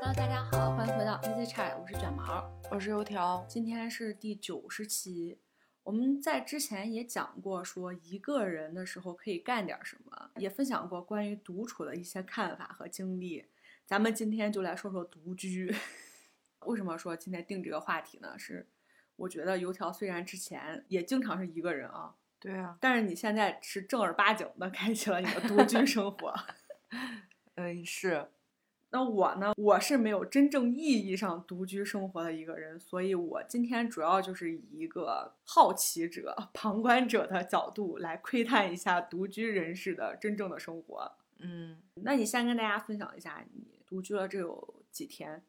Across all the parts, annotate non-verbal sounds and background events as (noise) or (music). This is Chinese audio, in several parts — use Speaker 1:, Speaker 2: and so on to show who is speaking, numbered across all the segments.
Speaker 1: Hello，大家好，欢迎回到 Easy Chat，我是卷毛。
Speaker 2: 我是油条，
Speaker 1: 今天是第九十期，我们在之前也讲过，说一个人的时候可以干点什么，也分享过关于独处的一些看法和经历。咱们今天就来说说独居。 (laughs) 为什么说今天定这个话题呢？是我觉得油条虽然之前也经常是一个人啊，
Speaker 2: 对啊，
Speaker 1: 但是你现在是正儿八经的开启了你的独居生活。
Speaker 2: 嗯，是，
Speaker 1: 那我呢？我是没有真正意义上独居生活的一个人，所以我今天主要就是以一个好奇者、 (laughs) 旁观者的角度来窥探一下独居人士的真正的生活。
Speaker 2: 嗯，
Speaker 1: 那你先跟大家分享一下，你独居了这有几天？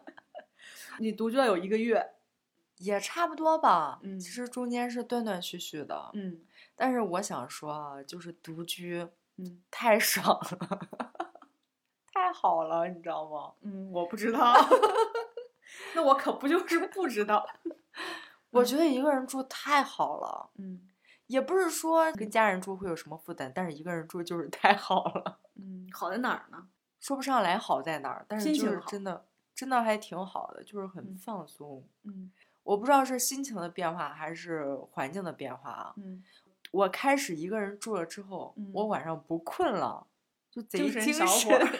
Speaker 1: (laughs) 你独居了有一个月，
Speaker 2: 也差不多吧。
Speaker 1: 嗯
Speaker 2: 其实中间是断断续续的。
Speaker 1: 嗯
Speaker 2: 但是我想说啊，就是独居
Speaker 1: 嗯
Speaker 2: 太爽了， (laughs) 太好了，你知道吗？
Speaker 1: 嗯，我不知道， (laughs) 那我可不就是不知道，
Speaker 2: 我觉得一个人住太好了，
Speaker 1: 嗯
Speaker 2: 也不是说跟家人住会有什么负担，但是一个人住就是太好了，
Speaker 1: 嗯，好在哪儿呢？
Speaker 2: 说不上来好在哪儿，但是
Speaker 1: 心
Speaker 2: 就
Speaker 1: 情
Speaker 2: 是
Speaker 1: 好
Speaker 2: 真的真的还挺好的，就是很
Speaker 1: 嗯
Speaker 2: 放松。
Speaker 1: 嗯
Speaker 2: 我不知道是心情的变化还是环境的变化啊。
Speaker 1: 嗯，
Speaker 2: 我开始一个人住了之后，我
Speaker 1: 嗯
Speaker 2: 晚上不困了，就贼
Speaker 1: 精
Speaker 2: 精
Speaker 1: 神
Speaker 2: 神。
Speaker 1: 小伙
Speaker 2: (laughs)
Speaker 1: 儿 (laughs)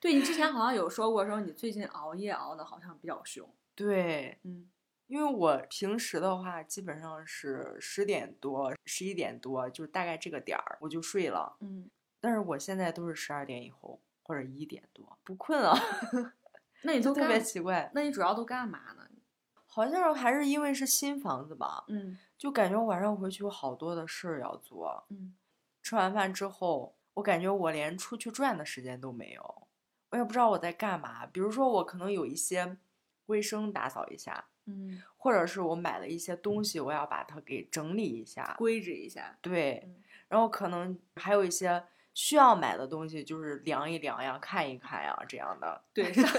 Speaker 1: 对你之前好像有说过，说你最近熬夜熬的好像比较凶。
Speaker 2: 对，
Speaker 1: 嗯
Speaker 2: 因为我平时的话，基本上是十点多、十一点多，就是大概这个点儿我就睡了。
Speaker 1: 嗯，
Speaker 2: 但是我现在都是十二点以后或者一点多不困了，
Speaker 1: 那你
Speaker 2: 就
Speaker 1: 都
Speaker 2: (laughs) 特别
Speaker 1: 干，
Speaker 2: 奇怪。
Speaker 1: 那你主要都干嘛呢？
Speaker 2: 好像还是因为是新房子吧，
Speaker 1: 嗯
Speaker 2: 就感觉晚上回去有好多的事儿要做。
Speaker 1: 嗯
Speaker 2: 吃完饭之后，我感觉我连出去转的时间都没有，我也不知道我在干嘛。比如说，我可能有一些卫生打扫一下，
Speaker 1: 嗯，
Speaker 2: 或者是我买了一些东西，我要把它给整理一下。
Speaker 1: 规制一下。
Speaker 2: 对
Speaker 1: 嗯，
Speaker 2: 然后可能还有一些需要买的东西，就是量一量呀、看一看呀这样的。
Speaker 1: 对，上 (laughs)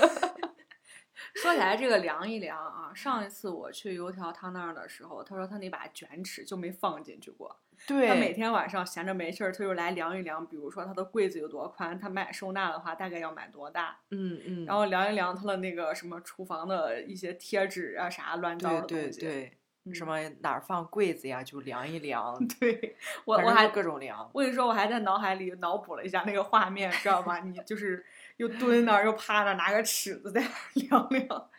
Speaker 1: 说起来这个量一量啊，上一次我去油条他那儿的时候，他说他那把卷尺就没放进去过。
Speaker 2: 对，
Speaker 1: 他每天晚上闲着没事儿，他就来量一量，比如说他的柜子有多宽，他买收纳的话大概要买多大，
Speaker 2: 嗯嗯，
Speaker 1: 然后量一量他的那个什么厨房的一些贴纸啊啥乱糟
Speaker 2: 对
Speaker 1: 的东
Speaker 2: 对
Speaker 1: 西。
Speaker 2: 对，
Speaker 1: 嗯。
Speaker 2: 什么哪儿放柜子呀，就量一量
Speaker 1: 对，我
Speaker 2: 反
Speaker 1: 我
Speaker 2: 正就
Speaker 1: 还
Speaker 2: 各种量。
Speaker 1: 我跟你说，我还在脑海里脑补了一下那个画面，知道吗？你就是又蹲那儿，又趴那儿，拿个尺子在那儿量 (laughs) 嗯量。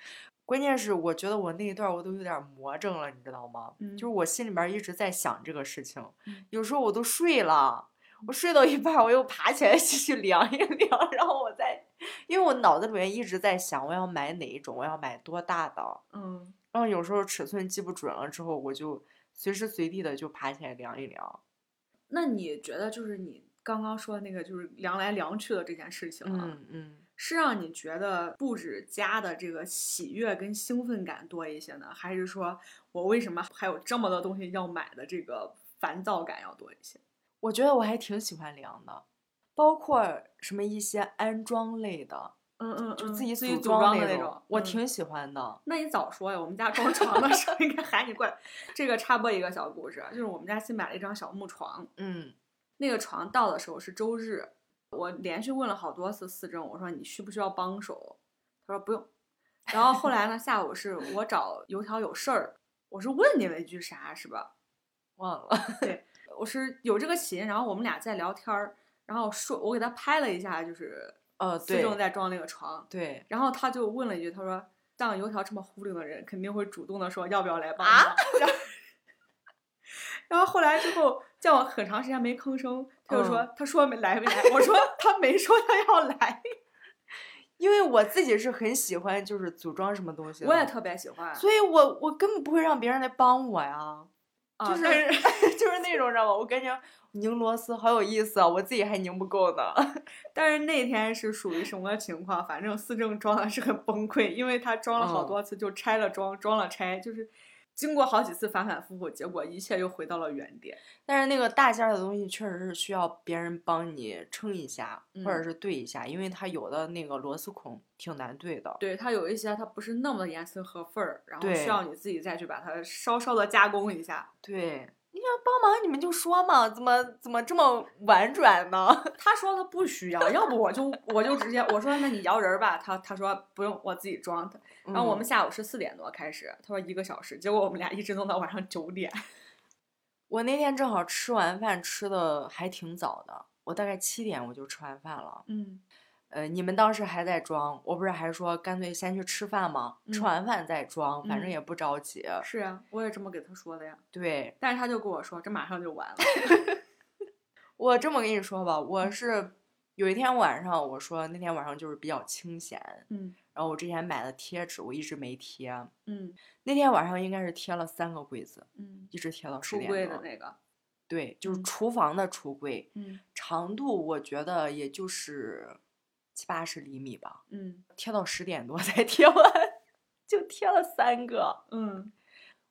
Speaker 2: 关键是我觉得我那一段儿我都有点儿魔怔了，你知道吗？
Speaker 1: 嗯
Speaker 2: 就是我心里面儿一直在想这个事情，
Speaker 1: 嗯
Speaker 2: 有时候我都睡了，我睡到一半儿我又爬起来 (laughs) 继续量一量，然后我再，因为我脑子里面一直在想我要买哪一种，我要买多大的，
Speaker 1: 嗯，
Speaker 2: 然后有时候尺寸记不准了之后，我就随时随地的就爬起来量一量。
Speaker 1: 那你觉得就是你刚刚说的那个就是量来量去的这件事情啊，
Speaker 2: 嗯嗯，
Speaker 1: 是让你觉得布置家的这个喜悦跟兴奋感多一些呢，还是说我为什么还有这么多东西要买的这个烦躁感要多一些？
Speaker 2: 我觉得我还挺喜欢量的，包括什么一些安装类的，
Speaker 1: 嗯嗯嗯，
Speaker 2: 就自己
Speaker 1: 自己
Speaker 2: 组
Speaker 1: 组装
Speaker 2: 那
Speaker 1: 的那
Speaker 2: 种
Speaker 1: 种，
Speaker 2: 我
Speaker 1: 嗯
Speaker 2: 挺喜欢的。
Speaker 1: 那你早说呀！我们家装床的时候应该喊你过来。这个插播一个小故事，啊就是我们家新买了一张小木床，
Speaker 2: 嗯
Speaker 1: 那个床到的时候是周日，我连续问了好多次思政，我说你需不需要帮手？他说不用。然后后来呢，下午是我找油条有事儿，我是问你了一句啥是吧？
Speaker 2: 忘了。 (laughs)
Speaker 1: 我是有这个起因，然后我们俩在聊天儿，然后说我给他拍了一下，就是
Speaker 2: 呃，
Speaker 1: 思
Speaker 2: 对
Speaker 1: 政在装那个床，
Speaker 2: 对，
Speaker 1: 然后他就问了一句，他说：“像油条这么忽悠的人，肯定会主动的说要不要来帮忙。 (laughs)
Speaker 2: 啊
Speaker 1: 然后然后后来之后叫我很长时间没吭声，他就说：“
Speaker 2: 嗯
Speaker 1: 他说没来没来？”我说：“
Speaker 2: (laughs)
Speaker 1: 他没说他要来。
Speaker 2: 因为我自己是很喜欢就是组装什么东”西
Speaker 1: (laughs)
Speaker 2: 的，
Speaker 1: 我也特别喜欢，
Speaker 2: 所以我我根本不会让别人来帮我呀，
Speaker 1: 啊
Speaker 2: 就是、
Speaker 1: 但是
Speaker 2: 就是 (laughs) 那种知道吗？我感觉拧螺丝好有意思啊，我自己还拧不够呢。 (laughs)
Speaker 1: 但是那天是属于什么情况？反正思政装的是很崩溃，因为他装了好
Speaker 2: 嗯
Speaker 1: 多次，就拆了装，装了拆，就是经过好几次反反复复，结果一切又回到了原点。
Speaker 2: 但是那个大件儿的东西确实是需要别人帮你撑一下，或者
Speaker 1: 嗯
Speaker 2: 是对一下，因为它有的那个螺丝孔挺难对的。
Speaker 1: 对它有一些它不是那么的严丝合缝儿，然后
Speaker 2: 对
Speaker 1: 需要你自己再去把它稍稍的加工一下。 (laughs)
Speaker 2: 对，你想帮忙你们就说嘛，怎么怎么这么婉转呢？ (laughs)
Speaker 1: 他说他不需要，要不我就我就直接我说那你摇人儿吧，他他说不用，我自己装。然后我们
Speaker 2: 嗯
Speaker 1: 下午是四点多开始，他说一个小时，结果我们俩一直弄到晚上九点。
Speaker 2: 我那天正好吃完饭吃的还挺早的，我大概七点我就吃完饭了。
Speaker 1: 嗯 (laughs)
Speaker 2: 呃，你们当时还在装，我不是还说干脆先去吃饭吗？吃
Speaker 1: 嗯
Speaker 2: 完饭再装，反正
Speaker 1: 嗯
Speaker 2: 也不着急。
Speaker 1: 是啊，我也这么给他说的呀，
Speaker 2: 对，
Speaker 1: 但是他就跟我说这马上就完了。
Speaker 2: 我这么跟你说吧，
Speaker 1: 嗯
Speaker 2: 我是有一天晚上，我说那天晚上就是比较清闲，
Speaker 1: 嗯
Speaker 2: 然后我之前买的贴纸我一直没贴，
Speaker 1: 嗯
Speaker 2: 那天晚上应该是贴了三个柜子，
Speaker 1: 嗯，
Speaker 2: 一直贴到十
Speaker 1: 出
Speaker 2: 点
Speaker 1: 柜的
Speaker 2: 钟。
Speaker 1: 那个，
Speaker 2: 对，就是
Speaker 1: 嗯
Speaker 2: 厨房的橱柜，
Speaker 1: 嗯
Speaker 2: 长度我觉得也就是七八十厘米吧，
Speaker 1: 嗯
Speaker 2: 贴到十点多才 (laughs) 贴完，就贴了三个。
Speaker 1: 嗯，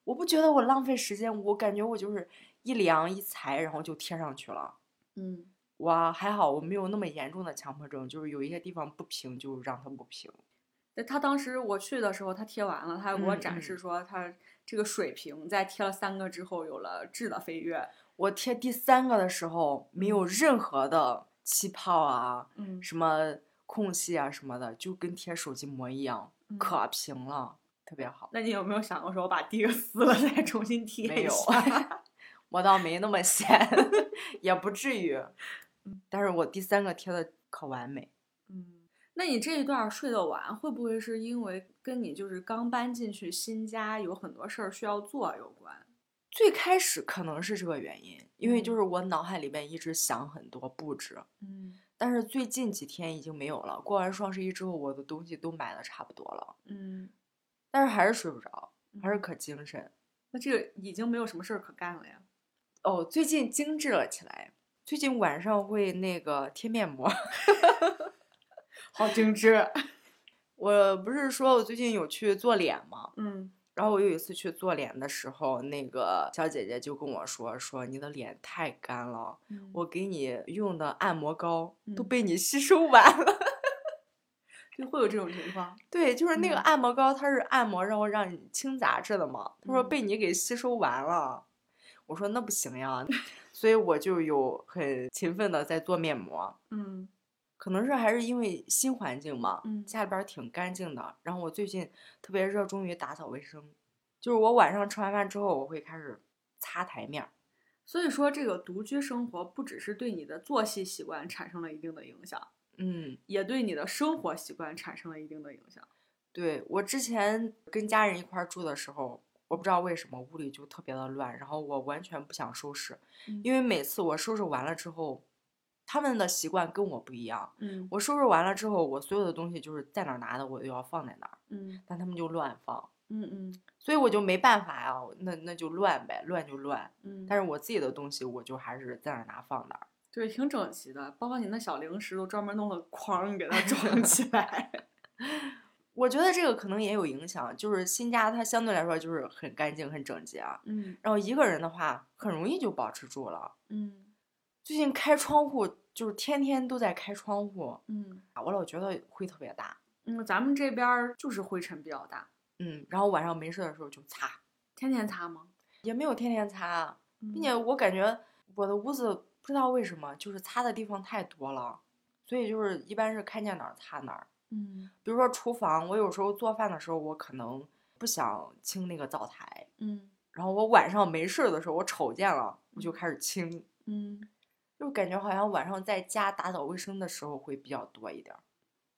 Speaker 2: 我不觉得我浪费时间，我感觉我就是一量一裁，然后就贴上去了。
Speaker 1: 嗯
Speaker 2: 我啊还好，我没有那么严重的强迫症，就是有一些地方不平就让它不平。
Speaker 1: 对他当时我去的时候，他贴完了，他还给我
Speaker 2: 嗯
Speaker 1: 展
Speaker 2: 嗯
Speaker 1: 示说他这个水平在贴了三个之后有了质的飞跃。
Speaker 2: 我贴第三个的时候，没有
Speaker 1: 嗯
Speaker 2: 任何的气泡啊、
Speaker 1: 嗯
Speaker 2: 什么空隙啊什么的，就跟贴手机膜一样，
Speaker 1: 嗯
Speaker 2: 可平了，特别好。
Speaker 1: 那你有没有想过说我把第一个撕了再重新贴
Speaker 2: 没
Speaker 1: 一
Speaker 2: 有
Speaker 1: 下？
Speaker 2: 我倒没那么 (laughs) 闲，也不至于。但是我第三个贴的可完美。
Speaker 1: (laughs) 嗯，那你这一段儿睡得晚，会不会是因为跟你就是刚搬进去新家有很多事儿需要做有关？
Speaker 2: 最开始可能是这个原因，因为就
Speaker 1: 嗯
Speaker 2: 是我脑海里边一直想很多布置，
Speaker 1: 嗯
Speaker 2: 但是最近几天已经没有了。过完双十一之后，我的东西都买的差不多了，
Speaker 1: 嗯，
Speaker 2: 但是还是睡不着，还是
Speaker 1: 嗯
Speaker 2: 可精神。
Speaker 1: 那这个已经没有什么事儿可干了呀。
Speaker 2: 哦，最近精致了起来，最近晚上会那个贴面膜。
Speaker 1: 好精致。
Speaker 2: (laughs)
Speaker 1: (laughs)
Speaker 2: 我不是说我最近有去做脸吗？
Speaker 1: 嗯
Speaker 2: 然后我有一次去做脸的时候，那个小姐姐就跟我说：“说你的脸太干了，
Speaker 1: 嗯，
Speaker 2: 我给你用的按摩膏都
Speaker 1: 嗯
Speaker 2: 被你 (laughs) 吸收完了。”
Speaker 1: 就会有这种情况。
Speaker 2: 对，就是那个
Speaker 1: 嗯
Speaker 2: 按摩膏，它是按摩然后让你清杂质的嘛。他说
Speaker 1: 嗯
Speaker 2: 被你给吸收完了，我说那不行呀， (laughs) 所以我就有很勤奋的在做面膜。
Speaker 1: 嗯
Speaker 2: 可能是还是因为新环境嘛，
Speaker 1: 嗯
Speaker 2: 家里边儿挺干净的。然后我最近特别热衷于打扫卫生，就是我晚上吃完饭之后，我会开始擦台面儿。
Speaker 1: 所以说，这个独居生活不只是对你的作息习惯产生了一定的影响，
Speaker 2: 嗯，
Speaker 1: 也对你的生活习惯产生了一定的影响。
Speaker 2: 对，我之前跟家人一块儿住的时候，我不知道为什么屋里就特别的乱，然后我完全不想收拾，因
Speaker 1: 为
Speaker 2: 为每次我收拾完了之后，他们的习惯跟我不一样。
Speaker 1: 嗯
Speaker 2: 我收拾完了之后，我所有的东西就是在哪儿拿的，我就要放在哪儿，
Speaker 1: 嗯
Speaker 2: 但他们就乱放，
Speaker 1: 嗯嗯
Speaker 2: 所以我就没办法呀，那那就乱呗，乱就乱。
Speaker 1: 嗯，
Speaker 2: 但
Speaker 1: 是
Speaker 2: 是我自己的东西，我就还是在哪儿拿放哪儿。 (laughs)
Speaker 1: 对挺整齐的，包括你那小零食都专门弄了筐 (laughs) 给它装起来。
Speaker 2: (laughs) 我觉得这个可能也有影响，就是新家它相对来说就是很干净、很整洁啊。
Speaker 1: 嗯
Speaker 2: 然后一个人的话，很容易就保持住了。
Speaker 1: 嗯
Speaker 2: 最近开窗户，就是天天都在开窗户，
Speaker 1: 嗯
Speaker 2: 啊我老觉得灰特别大。
Speaker 1: 嗯，咱们这边儿就是灰尘比较大，
Speaker 2: 嗯，然后晚上没事的时候就擦，
Speaker 1: 天天擦吗？
Speaker 2: 也没有天天擦，啊并
Speaker 1: 并
Speaker 2: 且我感觉我的屋子不知道为什么就是擦的地方太多了，所以就是一般是看见哪儿擦哪儿。
Speaker 1: 嗯
Speaker 2: 比如说厨房，我有时候做饭的时候，我可能不想清那个灶台，
Speaker 1: 嗯
Speaker 2: 然后我晚上没事儿的时候，我瞅见了我就开始清，
Speaker 1: 嗯，
Speaker 2: 就感觉好像晚上在家打扫卫生的时候会比较多一点儿。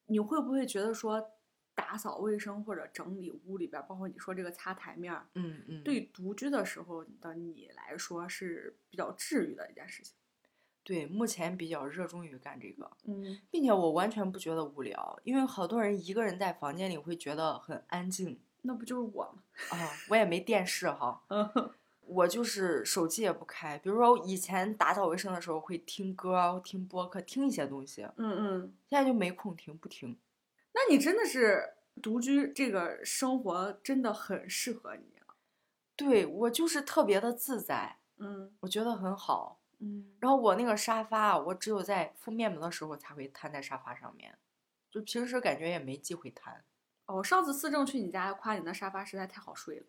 Speaker 1: 你会不会觉得说打扫卫生或者整理屋里边儿，包括你说这个擦台面儿，
Speaker 2: 嗯嗯，
Speaker 1: 对独居的时候的你来说是比较治愈的一件事情。
Speaker 2: 对，目前比较热衷于干这个。
Speaker 1: 嗯
Speaker 2: 并且我完全不觉得无聊，因为好多人一个人在房间里会觉得很安静
Speaker 1: 那不就是我 (laughs) 吗？
Speaker 2: 啊。我也没电视哈，
Speaker 1: 嗯
Speaker 2: 我就是手机也不开。比如说以前打扫卫生的时候会听歌、听播客、听一些东西，
Speaker 1: 嗯，
Speaker 2: 现在就没空听，不听。
Speaker 1: 那你真的是独居这个生活真的很适合你。啊
Speaker 2: 对我就是特别的自在，
Speaker 1: 嗯
Speaker 2: 我觉得很好。
Speaker 1: 嗯，
Speaker 2: 然后我那个沙发，啊我只有在敷面膜的时候才会瘫在沙发上面，就平时感觉也没机会瘫。
Speaker 1: 哦，上次思政去你家夸你那沙发实在太好睡了。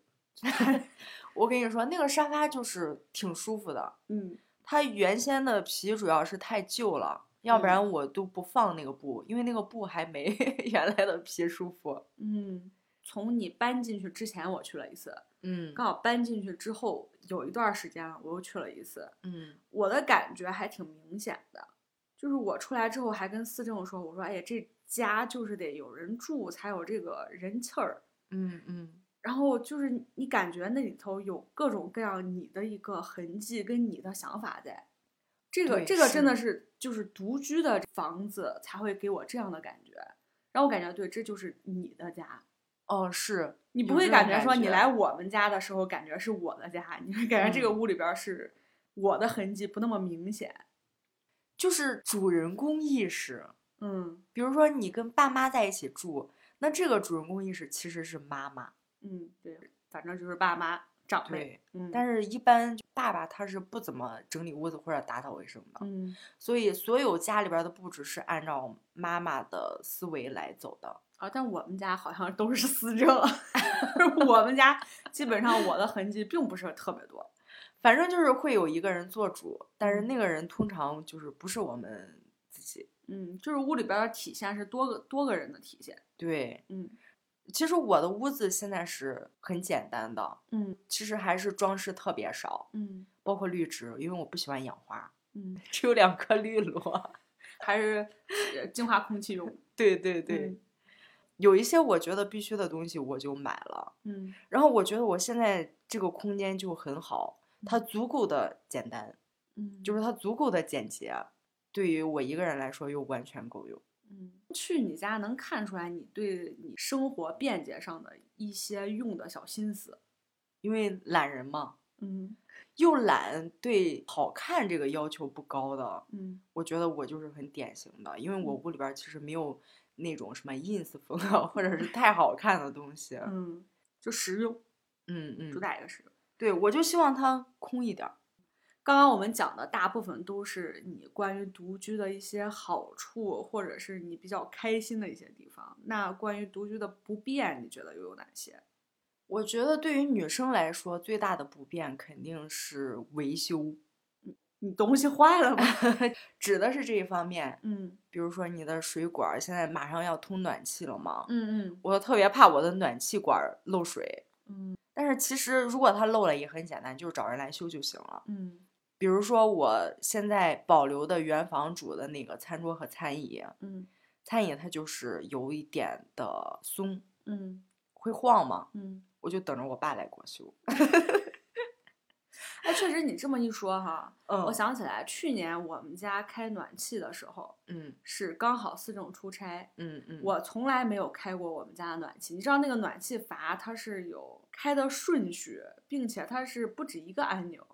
Speaker 2: 我跟你说，那个沙发就是挺舒服的，
Speaker 1: 嗯
Speaker 2: 它原先的皮主要是太旧了，要不
Speaker 1: 嗯
Speaker 2: 然我都不放那个布，因为那个布还没 (laughs) 原来的皮舒服。
Speaker 1: 嗯，从你搬进去之前我去了一次，
Speaker 2: 嗯
Speaker 1: 刚好搬进去之后有一段儿时间了，我又去了一次，
Speaker 2: 嗯
Speaker 1: 我的感觉还挺明显的，就是我出来之后还跟思政说，我说哎呀这家就是得有人住才有这个人气儿，
Speaker 2: 嗯嗯，
Speaker 1: 然后就是你你感觉那里头有各种各样你的一个痕迹跟你的想法在，这个
Speaker 2: 对
Speaker 1: 这个真的
Speaker 2: 是
Speaker 1: 是就是独居的房子才会给我这样的感觉，让我感觉对，这就是你的家，
Speaker 2: 哦是，
Speaker 1: 你不
Speaker 2: 有
Speaker 1: 会
Speaker 2: 这
Speaker 1: 感
Speaker 2: 种
Speaker 1: 觉
Speaker 2: 感
Speaker 1: 说你
Speaker 2: 觉
Speaker 1: 来我们家的时候感觉是我的家，你会感觉这个
Speaker 2: 嗯
Speaker 1: 屋里边儿是我的痕迹不那么明显，
Speaker 2: 就是主人公意识。
Speaker 1: 嗯
Speaker 2: 比如说你跟爸妈在一起住，那这个主人公意识其实是妈妈，
Speaker 1: 嗯，对，反正就是爸妈长辈，
Speaker 2: 对，
Speaker 1: 嗯，
Speaker 2: 但
Speaker 1: 是
Speaker 2: 是一般爸爸他是不怎么整理屋子或者打扫卫生的，
Speaker 1: 嗯
Speaker 2: 所以所有家里边儿的布置是按照妈妈的思维来走的。
Speaker 1: 啊，但我们家好像都是思政， (laughs) 我们家基本上我的痕迹并不是特别多。
Speaker 2: 反正就是会有一个人做主，但是
Speaker 1: 嗯
Speaker 2: 那个人通常就是不是我们自己。
Speaker 1: 嗯，就是屋里边儿的体现是多个多个人的体现。
Speaker 2: 对，
Speaker 1: 嗯
Speaker 2: 其实我的屋子现在是很简单的，
Speaker 1: 嗯
Speaker 2: 其实还是装饰特别少，
Speaker 1: 嗯
Speaker 2: 包括绿植，因为我不喜欢养花，
Speaker 1: 嗯，
Speaker 2: (laughs) 只有两棵绿萝。 (laughs)
Speaker 1: 还是呃净化空气用。
Speaker 2: 对对对，有一些我觉得必须的东西我就买了，
Speaker 1: 嗯，
Speaker 2: 然后我觉得我现在这个空间就很好，它足够的简单，
Speaker 1: 嗯，
Speaker 2: 就是是它足够的简洁，对于我一个人来说又完全够用。
Speaker 1: 嗯，去你家能看出来你对你生活便捷上的一些用的小心思。
Speaker 2: 因为懒人嘛，
Speaker 1: 嗯
Speaker 2: 又懒，对好看这个要求不高的，
Speaker 1: 嗯
Speaker 2: 我觉得我就是很典型的，因为我
Speaker 1: 嗯
Speaker 2: 屋里边儿其实没有那种什么 ins 风啊，或者是太好看的东西。
Speaker 1: 嗯，就实用，
Speaker 2: 嗯
Speaker 1: 主
Speaker 2: 嗯，
Speaker 1: 打一个实用。
Speaker 2: 对，我就希望它空一点儿。
Speaker 1: 刚刚我们讲的大部分都是你关于独居的一些好处，或者是你比较开心的一些地方。那关于独居的不便，你觉得又有哪些？
Speaker 2: 我觉得对于女生来说，最大的不便肯定是维修，
Speaker 1: 你东西坏了吗？ (laughs)
Speaker 2: 指的是这一方面。
Speaker 1: 嗯
Speaker 2: 比如说你的水管儿现在马上要通暖气了嘛，
Speaker 1: 嗯嗯
Speaker 2: 我特别怕我的暖气管儿漏水。
Speaker 1: 嗯
Speaker 2: 但是其实如果它漏了也很简单，就是找人来修就行了。
Speaker 1: 嗯
Speaker 2: 比如说我现在保留的原房主的那个餐桌和餐椅，
Speaker 1: 嗯
Speaker 2: 餐椅它就是有一点的松，
Speaker 1: 嗯
Speaker 2: 会晃嘛，
Speaker 1: 嗯。
Speaker 2: 我就等着我爸来给我修。
Speaker 1: 哎，确实你这么一说哈，
Speaker 2: 嗯
Speaker 1: 我想起来去年我们家开暖气的时候，
Speaker 2: 嗯
Speaker 1: 是刚好四正出差，
Speaker 2: 嗯嗯，
Speaker 1: 我从来没有开过我们家的暖气。你知道那个暖气阀它是有开的顺序，并且它是不止一个按钮，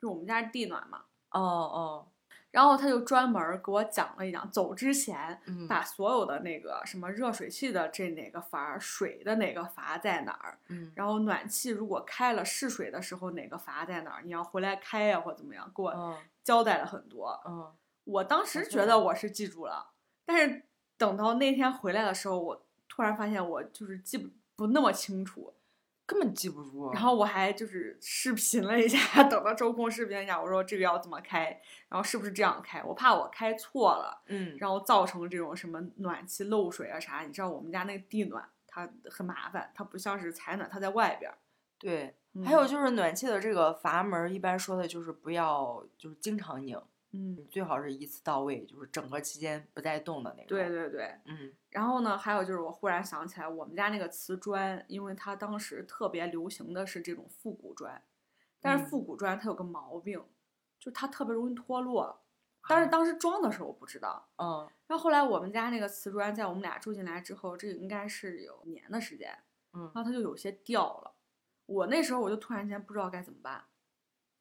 Speaker 1: 就我们家是地暖嘛。
Speaker 2: 哦哦，
Speaker 1: 然后他就专门儿给我讲了一讲，走之前
Speaker 2: 嗯
Speaker 1: 把所有的那个什么热水器的这哪个阀儿、水的哪个阀在哪儿，
Speaker 2: 嗯
Speaker 1: 然后暖气如果开了试水的时候哪个阀在哪儿，你要回来开呀、或怎么样，给我
Speaker 2: 哦
Speaker 1: 交代了很多。
Speaker 2: 哦
Speaker 1: 我当时
Speaker 2: 记
Speaker 1: 觉得
Speaker 2: 得
Speaker 1: 我是记住了，但是等到那天回来的时候，我突然发现我就是记不不那么清楚，
Speaker 2: 根本记不住。
Speaker 1: 然后我还就是视频了一下， (laughs) 等到周公视频了一下，我说这个要怎么开，然后是不是这样开？我怕我开错了，
Speaker 2: 嗯，
Speaker 1: 然后造成这种什么暖气漏水啊啥。你知道我们家那个地暖它很麻烦，它不像是采暖，它在外边儿。
Speaker 2: 对，还有
Speaker 1: 嗯
Speaker 2: 就是暖气的这个阀门儿，一般说的就是不要就是经常拧，
Speaker 1: 嗯，
Speaker 2: 最好是一次到位，就是整个期间不带动的那种。
Speaker 1: 对，对对。
Speaker 2: 嗯
Speaker 1: 然后呢，还有就是我忽然想起来，我们家那个瓷砖，因为它当时特别流行的是这种复古砖，但是
Speaker 2: 嗯
Speaker 1: 复古砖它有个毛病，就它特别容易脱落。但是
Speaker 2: 啊
Speaker 1: 当时装的时候我不知道，
Speaker 2: 嗯
Speaker 1: 然后后来我们家那个瓷砖，在我们俩住进来之后，这应该是有年的时间，
Speaker 2: 嗯
Speaker 1: 然后它就有些掉了。我那时候我就突然间不知道该怎么办，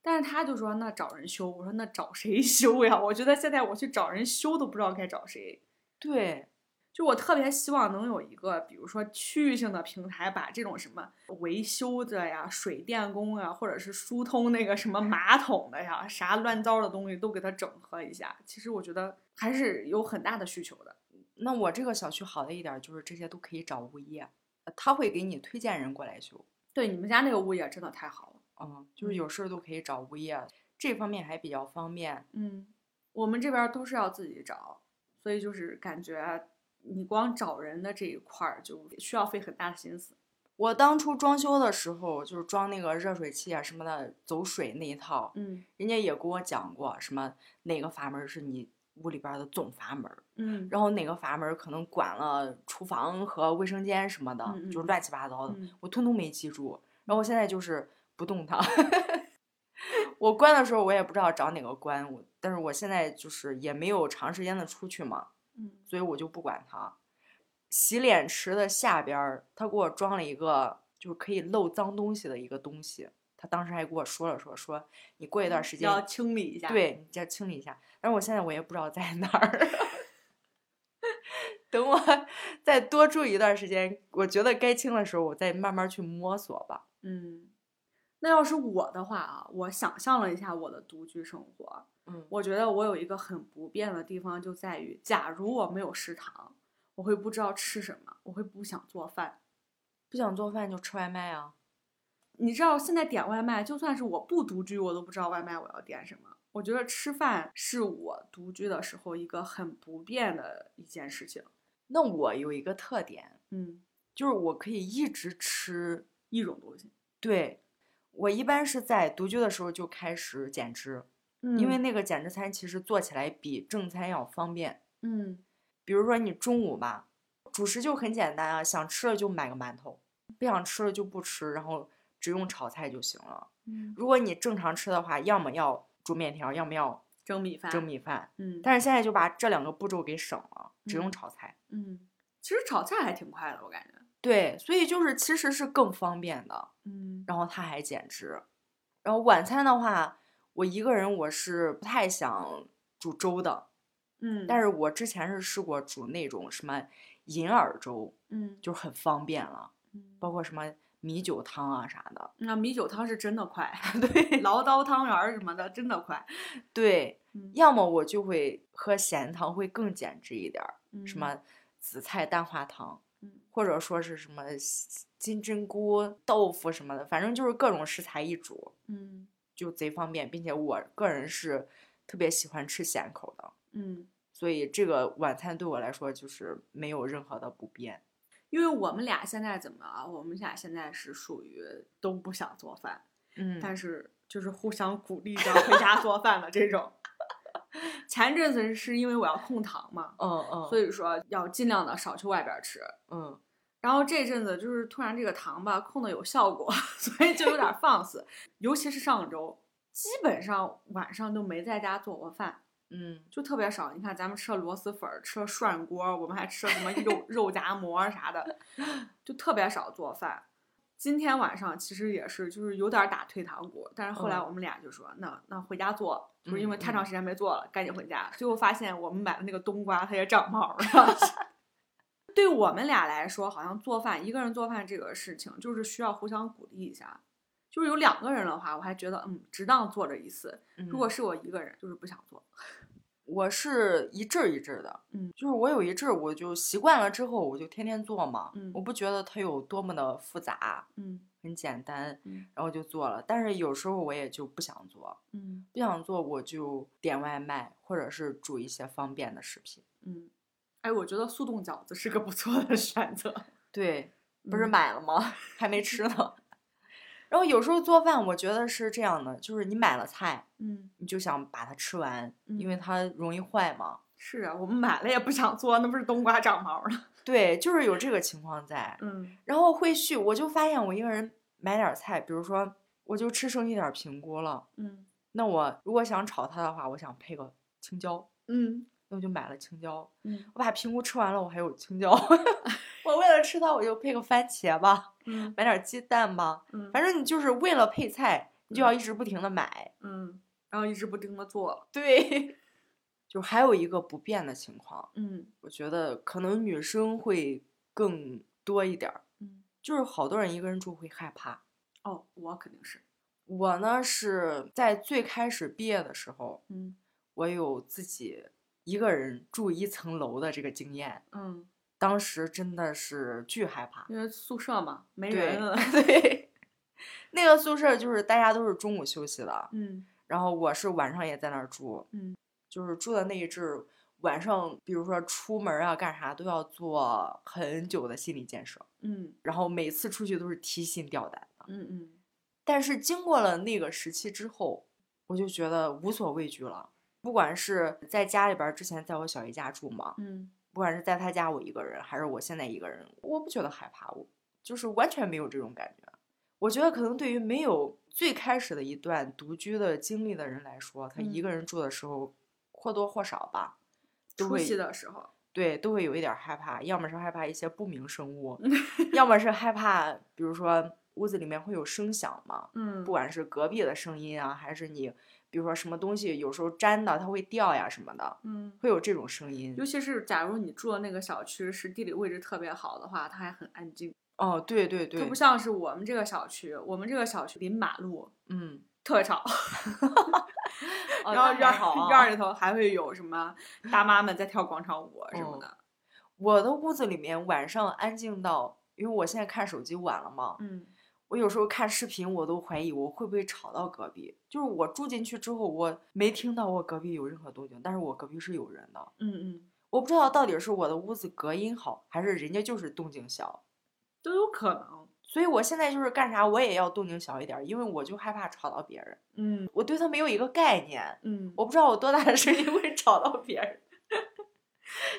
Speaker 1: 但是他就说那找人修，我说那找谁 (laughs) 修呀？我觉得现在我去找人修都不知道该找谁。
Speaker 2: 对，
Speaker 1: 就我特别希望能有一个，比如说区域性的平台，把这种什么维修的呀、水电工啊，或者是疏通那个什么马桶的呀、啥乱糟的东西都给它整合一下。其实我觉得还是有很大的需求的。
Speaker 2: 那我这个小区好的一点儿就是这些都可以找物业，呃他会给你推荐人过来修。
Speaker 1: 对，你们家那个物业真的太好了。
Speaker 2: 嗯，就是有事儿都可以找物业，这方面还比较方便。
Speaker 1: 嗯，我们这边儿都是要自己找，所以就是感觉你光找人的这一块儿就需要费很大的心思。
Speaker 2: 我当初装修的时候，就是装那个热水器啊什么的，走水那一套，
Speaker 1: 嗯
Speaker 2: 人家也给我讲过，什么哪个阀门儿是你屋里边儿的总阀门儿，
Speaker 1: 嗯，
Speaker 2: 然后哪个阀门儿可能管了厨房和卫生间什么的，
Speaker 1: 嗯嗯
Speaker 2: 就是
Speaker 1: 嗯
Speaker 2: 乱七八糟的，
Speaker 1: 嗯
Speaker 2: 我通通没记住。然后我现在就是不动它， (laughs) 我关的时候我也不知道找哪个关，我但是我现在就是也没有长时间的出去嘛，
Speaker 1: 嗯
Speaker 2: 所以我就不管它。洗脸池的下边儿，他给我装了一个就是可以漏脏东西的一个东西。他当时还给我说了说，说你过一段时
Speaker 1: 嗯
Speaker 2: 间
Speaker 1: 要清理一下。，
Speaker 2: 对你再清理一下。但是我现在我也不知道在哪儿， (laughs) 等我再多住一段时间，我觉得该清的时候，我再慢慢去摸索吧。
Speaker 1: 嗯，那要是我的话啊，我想象了一下我的独居生活，
Speaker 2: 嗯，
Speaker 1: 我觉得我有一个很不便的地方就在于，假如我没有食堂，我会不知道吃什么，我会不想做饭。
Speaker 2: 不想做饭就吃外卖啊。
Speaker 1: 你知道现在点外卖，就算是我不独居，我都不知道外卖我要点什么。我觉得吃饭是我独居的时候一个很不便的一件事情。
Speaker 2: 那我有一个特点，
Speaker 1: 嗯，
Speaker 2: 就是我可以一直吃。
Speaker 1: 一种东西，
Speaker 2: 对，我一般是在独居的时候就开始减脂，因为
Speaker 1: 嗯
Speaker 2: 那个减脂餐其实做起来比正餐要方便。
Speaker 1: 嗯，
Speaker 2: 比如说你中午吧，主食就很简单啊，想吃了就买个馒头，不想吃了就不吃，然后只用炒菜就行了。
Speaker 1: 嗯
Speaker 2: 如果你正常吃的话，要么要煮面条，要么要
Speaker 1: 蒸米饭，
Speaker 2: 蒸，米饭。
Speaker 1: 嗯，
Speaker 2: 但是现在就把这两个步骤给省了，只用
Speaker 1: 嗯
Speaker 2: 炒菜。
Speaker 1: 嗯，其实炒菜还挺快的，我感觉，
Speaker 2: 对，所以就是其实是更方便的，
Speaker 1: 嗯
Speaker 2: 然后它还减脂。然后晚餐的话，我一个人我是不太想煮粥的，
Speaker 1: 嗯，
Speaker 2: 但是我之前是试过煮那种什么银耳粥，
Speaker 1: 嗯，
Speaker 2: 就很方便了。
Speaker 1: 嗯
Speaker 2: 包括什么米酒汤啊啥的。
Speaker 1: 那米酒汤是真的 (laughs) 快，对，醪糟汤圆儿什么的真的快，
Speaker 2: 对，
Speaker 1: 嗯
Speaker 2: 要么我就会喝咸汤，会更减脂一点儿，什
Speaker 1: 嗯
Speaker 2: 么紫菜蛋花汤，
Speaker 1: 嗯
Speaker 2: 或者说是什么金针菇、豆腐什么的，反正就是各种食材一煮
Speaker 1: 嗯
Speaker 2: 就贼方便，并且我个人是特别喜欢吃咸口的。
Speaker 1: 嗯，
Speaker 2: 所以这个晚餐对我来说就是没有任何的不便。
Speaker 1: 因为我们俩现在怎么啊？我们俩现在是属于都不想做饭，
Speaker 2: 嗯
Speaker 1: 但是就是互相鼓励着回家做饭的这种。 (laughs) 前阵子是因为我要控糖嘛，
Speaker 2: 嗯嗯，
Speaker 1: 所
Speaker 2: 以
Speaker 1: 以说要尽量的少去外边吃。
Speaker 2: 嗯
Speaker 1: 然后这阵子就是突然这个糖吧控的有效果， (laughs) 所以就有点放肆。尤其是上周，基本上晚上都没在家做过饭，
Speaker 2: 嗯
Speaker 1: 就特别少。你看咱们吃了螺蛳粉儿，吃了涮锅儿，我们还吃了什么肉 (laughs) 肉夹馍儿啥的，就特别少做饭。今天晚上其实也是，就是有点儿打退堂鼓，但是后来
Speaker 2: 嗯
Speaker 1: 我们俩就说，那那回家做，就是
Speaker 2: 嗯
Speaker 1: 因为太长
Speaker 2: 嗯
Speaker 1: 时间没做了，赶紧回家。最后发现我们买的那个冬瓜它也长毛了。 (laughs) 对我们俩来说，好像做饭一个人做饭这个事情，就是需要互相鼓励一下。就是有两个人的话，我还觉得嗯，值当做这一次。
Speaker 2: 嗯，
Speaker 1: 如果是我一个人，就是不想做。
Speaker 2: 我是一阵儿一阵儿的，
Speaker 1: 嗯
Speaker 2: 就是我有一阵儿我就习惯了之后，我就天天做嘛，
Speaker 1: 嗯
Speaker 2: 我不觉得它有多么的复杂，
Speaker 1: 嗯
Speaker 2: 很简单，
Speaker 1: 嗯
Speaker 2: 然后就做了。但是有时候我也就不想做，
Speaker 1: 嗯
Speaker 2: 不想做我就点外卖，或者是煮一些方便的食品。
Speaker 1: 嗯，哎，我觉得速冻饺子是个不错的选择。
Speaker 2: 对，不是
Speaker 1: 嗯
Speaker 2: 买了吗？ (laughs) 还没吃呢。然后有时候做饭，我觉得是这样的，就是你买了菜，
Speaker 1: 嗯，
Speaker 2: 你就想把它吃完，因为
Speaker 1: 嗯
Speaker 2: 它容易坏嘛。
Speaker 1: 是啊，我们买了也不想做，那不是冬瓜长毛了。
Speaker 2: 对，就是有这个情况在。
Speaker 1: 嗯
Speaker 2: 然后会续，我就发现我一个人买点儿菜，比如说我就吃剩一点儿平菇了，
Speaker 1: 嗯
Speaker 2: 那我如果想炒它的话，我想配个青椒，
Speaker 1: (laughs) 嗯
Speaker 2: 那我就买了青椒。
Speaker 1: 嗯
Speaker 2: 我把平菇吃完了，我还有青椒， (laughs) 我为了吃它，我就配个番茄吧，
Speaker 1: 嗯
Speaker 2: 买点儿鸡蛋吧，
Speaker 1: 嗯，
Speaker 2: 反正你就是为了配菜，你就要一直不停的买。 (laughs)
Speaker 1: 嗯，然后一直不停的做。
Speaker 2: 对，就还有一个不变的情况，
Speaker 1: 嗯
Speaker 2: 我觉得可能女生会更多一点儿，
Speaker 1: 嗯，
Speaker 2: 就是好多人一个人住会害怕。
Speaker 1: 哦，我肯定是。
Speaker 2: 我呢是在最开始毕业的时候，
Speaker 1: 嗯
Speaker 2: 我有自己一个人住一层楼的这个经验，
Speaker 1: 嗯，
Speaker 2: 当时真的是巨害怕。 (laughs)
Speaker 1: 因为宿舍嘛，没
Speaker 2: 对
Speaker 1: 人了。 (laughs)
Speaker 2: 对，那个宿舍就是大家都是中午休息的，
Speaker 1: 嗯
Speaker 2: 然后我是晚上也在那儿住，
Speaker 1: 嗯，
Speaker 2: 就是住的那一阵儿，晚上比如说出门啊干啥都要做很久的心理建设，
Speaker 1: 嗯
Speaker 2: 然后每次出去都是提心吊胆的。
Speaker 1: 嗯嗯，
Speaker 2: 但是经过了那个时期之后，我就觉得无所畏惧了。不管是在家里边儿之前在我小姨家住嘛，
Speaker 1: 嗯
Speaker 2: 不管是在她家我一个人，还是我现在一个人，我不觉得害怕，我就是完全没有这种感觉。我觉得可能对于没有最开始的一段独居的经历的人来说，他一
Speaker 1: 嗯
Speaker 2: 个人住的时候或多或少吧，都
Speaker 1: 出
Speaker 2: 会
Speaker 1: 戏的时候，
Speaker 2: 对，都会有一点儿害怕，要么是害怕一些不明生
Speaker 1: (laughs)
Speaker 2: 物，要么是害怕，比如说屋子里面会有声响嘛，
Speaker 1: 嗯，
Speaker 2: 不管是隔壁的声音啊，还是你，比如说什么东西有时候粘到它会掉呀什么的，
Speaker 1: 嗯，
Speaker 2: 会有这种声音
Speaker 1: 尤。其是假如你住的那个小区是地理位置特别好的话，它还很安静，
Speaker 2: 哦，对对
Speaker 1: 它
Speaker 2: 对
Speaker 1: 不，像是我们这个小区，我们这个小区临马路，
Speaker 2: 嗯，
Speaker 1: 特别吵，
Speaker 2: 哦
Speaker 1: (laughs) 然后
Speaker 2: 那
Speaker 1: 院
Speaker 2: 还 (laughs) 好
Speaker 1: 儿
Speaker 2: 啊
Speaker 1: 院儿里头还会有什么大妈们在跳广场舞啊什么
Speaker 2: 嗯
Speaker 1: 的，
Speaker 2: 我的屋子里面晚上安静到，因为我现在看手机晚了嘛，
Speaker 1: 嗯
Speaker 2: 我有时候看视频我都怀疑我会不会吵到隔壁。就是我住进去之后，我没听到我隔壁有任何动静，但是我隔壁是有人的。
Speaker 1: 嗯嗯，
Speaker 2: 我不知道到底是我的屋子隔音好，还是人家就是动静小。
Speaker 1: 都有可能，
Speaker 2: 所以我现在就是干啥我也要动静小一点儿，因为我就害怕吵到别人。
Speaker 1: 嗯
Speaker 2: 我对他没有一个概念，
Speaker 1: 嗯，
Speaker 2: 我不知道我多大的声音会吵到别
Speaker 1: (laughs)
Speaker 2: 人。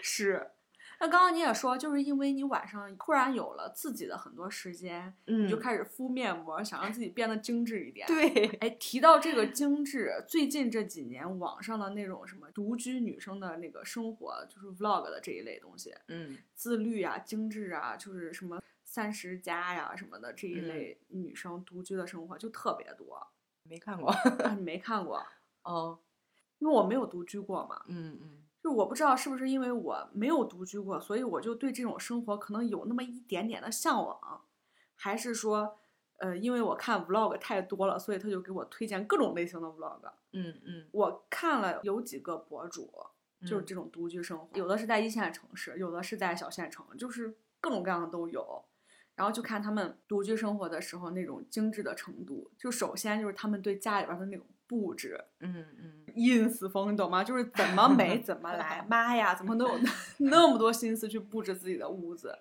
Speaker 1: 是。那刚刚你也说，就是因为你晚上突然有了自己的很多时间，
Speaker 2: 嗯
Speaker 1: 你就开始敷面膜，想让自己变得精致一点。。
Speaker 2: 对，
Speaker 1: 哎，提到这个精致，最近这几年网上的那种什么独居女生的那个生活，就是 vlog 的这一类东西，
Speaker 2: 嗯
Speaker 1: 自律啊、精致啊，就是什么三十加呀什么的这一
Speaker 2: 嗯
Speaker 1: 类女生独居的生活就特别多。
Speaker 2: 没看过。 (laughs)
Speaker 1: 啊你没看过？
Speaker 2: 哦，
Speaker 1: 因为我没有独居过嘛，
Speaker 2: 嗯嗯
Speaker 1: 就我不知道是不是因为我没有独居过，所以我就对这种生活可能有那么一点点的向往，还是说，呃，因为我看 vlog 太多了，所以他就给我推荐各种类型的 vlog。
Speaker 2: 嗯嗯，
Speaker 1: 我看了有几个博主，就是
Speaker 2: 嗯
Speaker 1: 这种独居生活，有的是在一线城市，有的是在小县城，就是各种各样的都有。然后就看他们独居生活的时候那种精致的程度，就首先就是他们对家里边的那种布置
Speaker 2: 嗯嗯
Speaker 1: ，ins 风，你懂吗？就是怎么 (laughs) 美怎么来，妈呀，怎么能有 (laughs) 那么多心思去布置自己的屋子？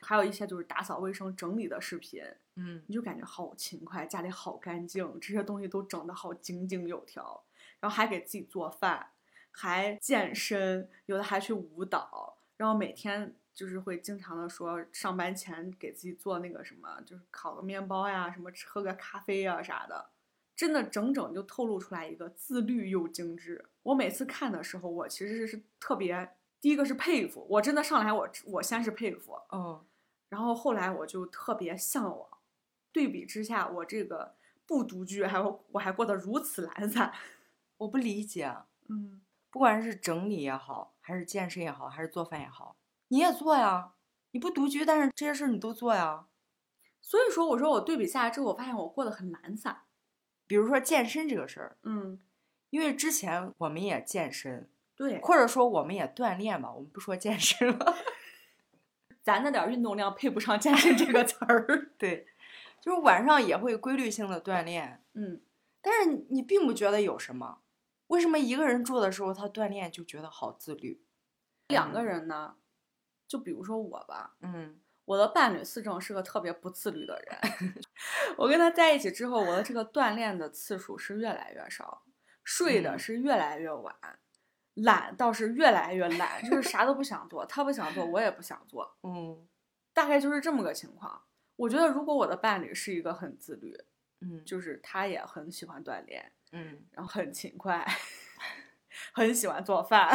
Speaker 1: 还有一些就是打扫卫生、整理的视频，
Speaker 2: 嗯，
Speaker 1: 你就感觉好勤快，家里好干净，这些东西都整得好井井有条，然后还给自己做饭，还健身，有的还去舞蹈，然后每天就是会经常的说上班前给自己做那个什么，就是烤个面包呀，什么吃喝个咖啡呀啥的，真的整整就透露出来一个自律又精致。我每次看的时候，我其实是特别。第一个是佩服，我真的上来我我先是佩服，
Speaker 2: 哦，
Speaker 1: 然后后来我就特别向往。对比之下，我这个不独居，还有我还过得如此懒散。
Speaker 2: 我不理解，
Speaker 1: 嗯，
Speaker 2: 不管是整理也好，还是健身也好，还是做饭也好，你也做呀。你不独居，但是这些事儿你都做呀。
Speaker 1: 所以说我说我对比下来之后，我发现我过得很懒散。
Speaker 2: 比如说健身这个事儿，
Speaker 1: 嗯，
Speaker 2: 因为之前我们也健身，
Speaker 1: 对，
Speaker 2: 或者说我们也锻炼吧，我们不说健身了。 (laughs)
Speaker 1: 咱那点儿运动量配不上健身这个词儿。
Speaker 2: 对，就是晚上也会规律性的锻炼，
Speaker 1: 嗯，
Speaker 2: 但是你并不觉得有什么。为什么一个人住的时候，他锻炼就觉得好自律？
Speaker 1: 两个人呢，就比如说我吧，
Speaker 2: 嗯，
Speaker 1: 我的伴侣思政是个特别不自律的人。 (laughs) 我跟他在一起之后，我的这个锻炼的次数是越来越少，睡的
Speaker 2: 嗯
Speaker 1: 是越来越晚，懒倒是越来越懒，就是啥都不想做。他不想做，我也不想做，
Speaker 2: 嗯
Speaker 1: 大概就是这么个情况。我觉得如果我的伴侣是一个很自律，
Speaker 2: 嗯
Speaker 1: 就是他也很喜欢锻炼，
Speaker 2: 嗯，
Speaker 1: 然后很勤快， (laughs) 很喜欢做
Speaker 2: (laughs)
Speaker 1: 饭，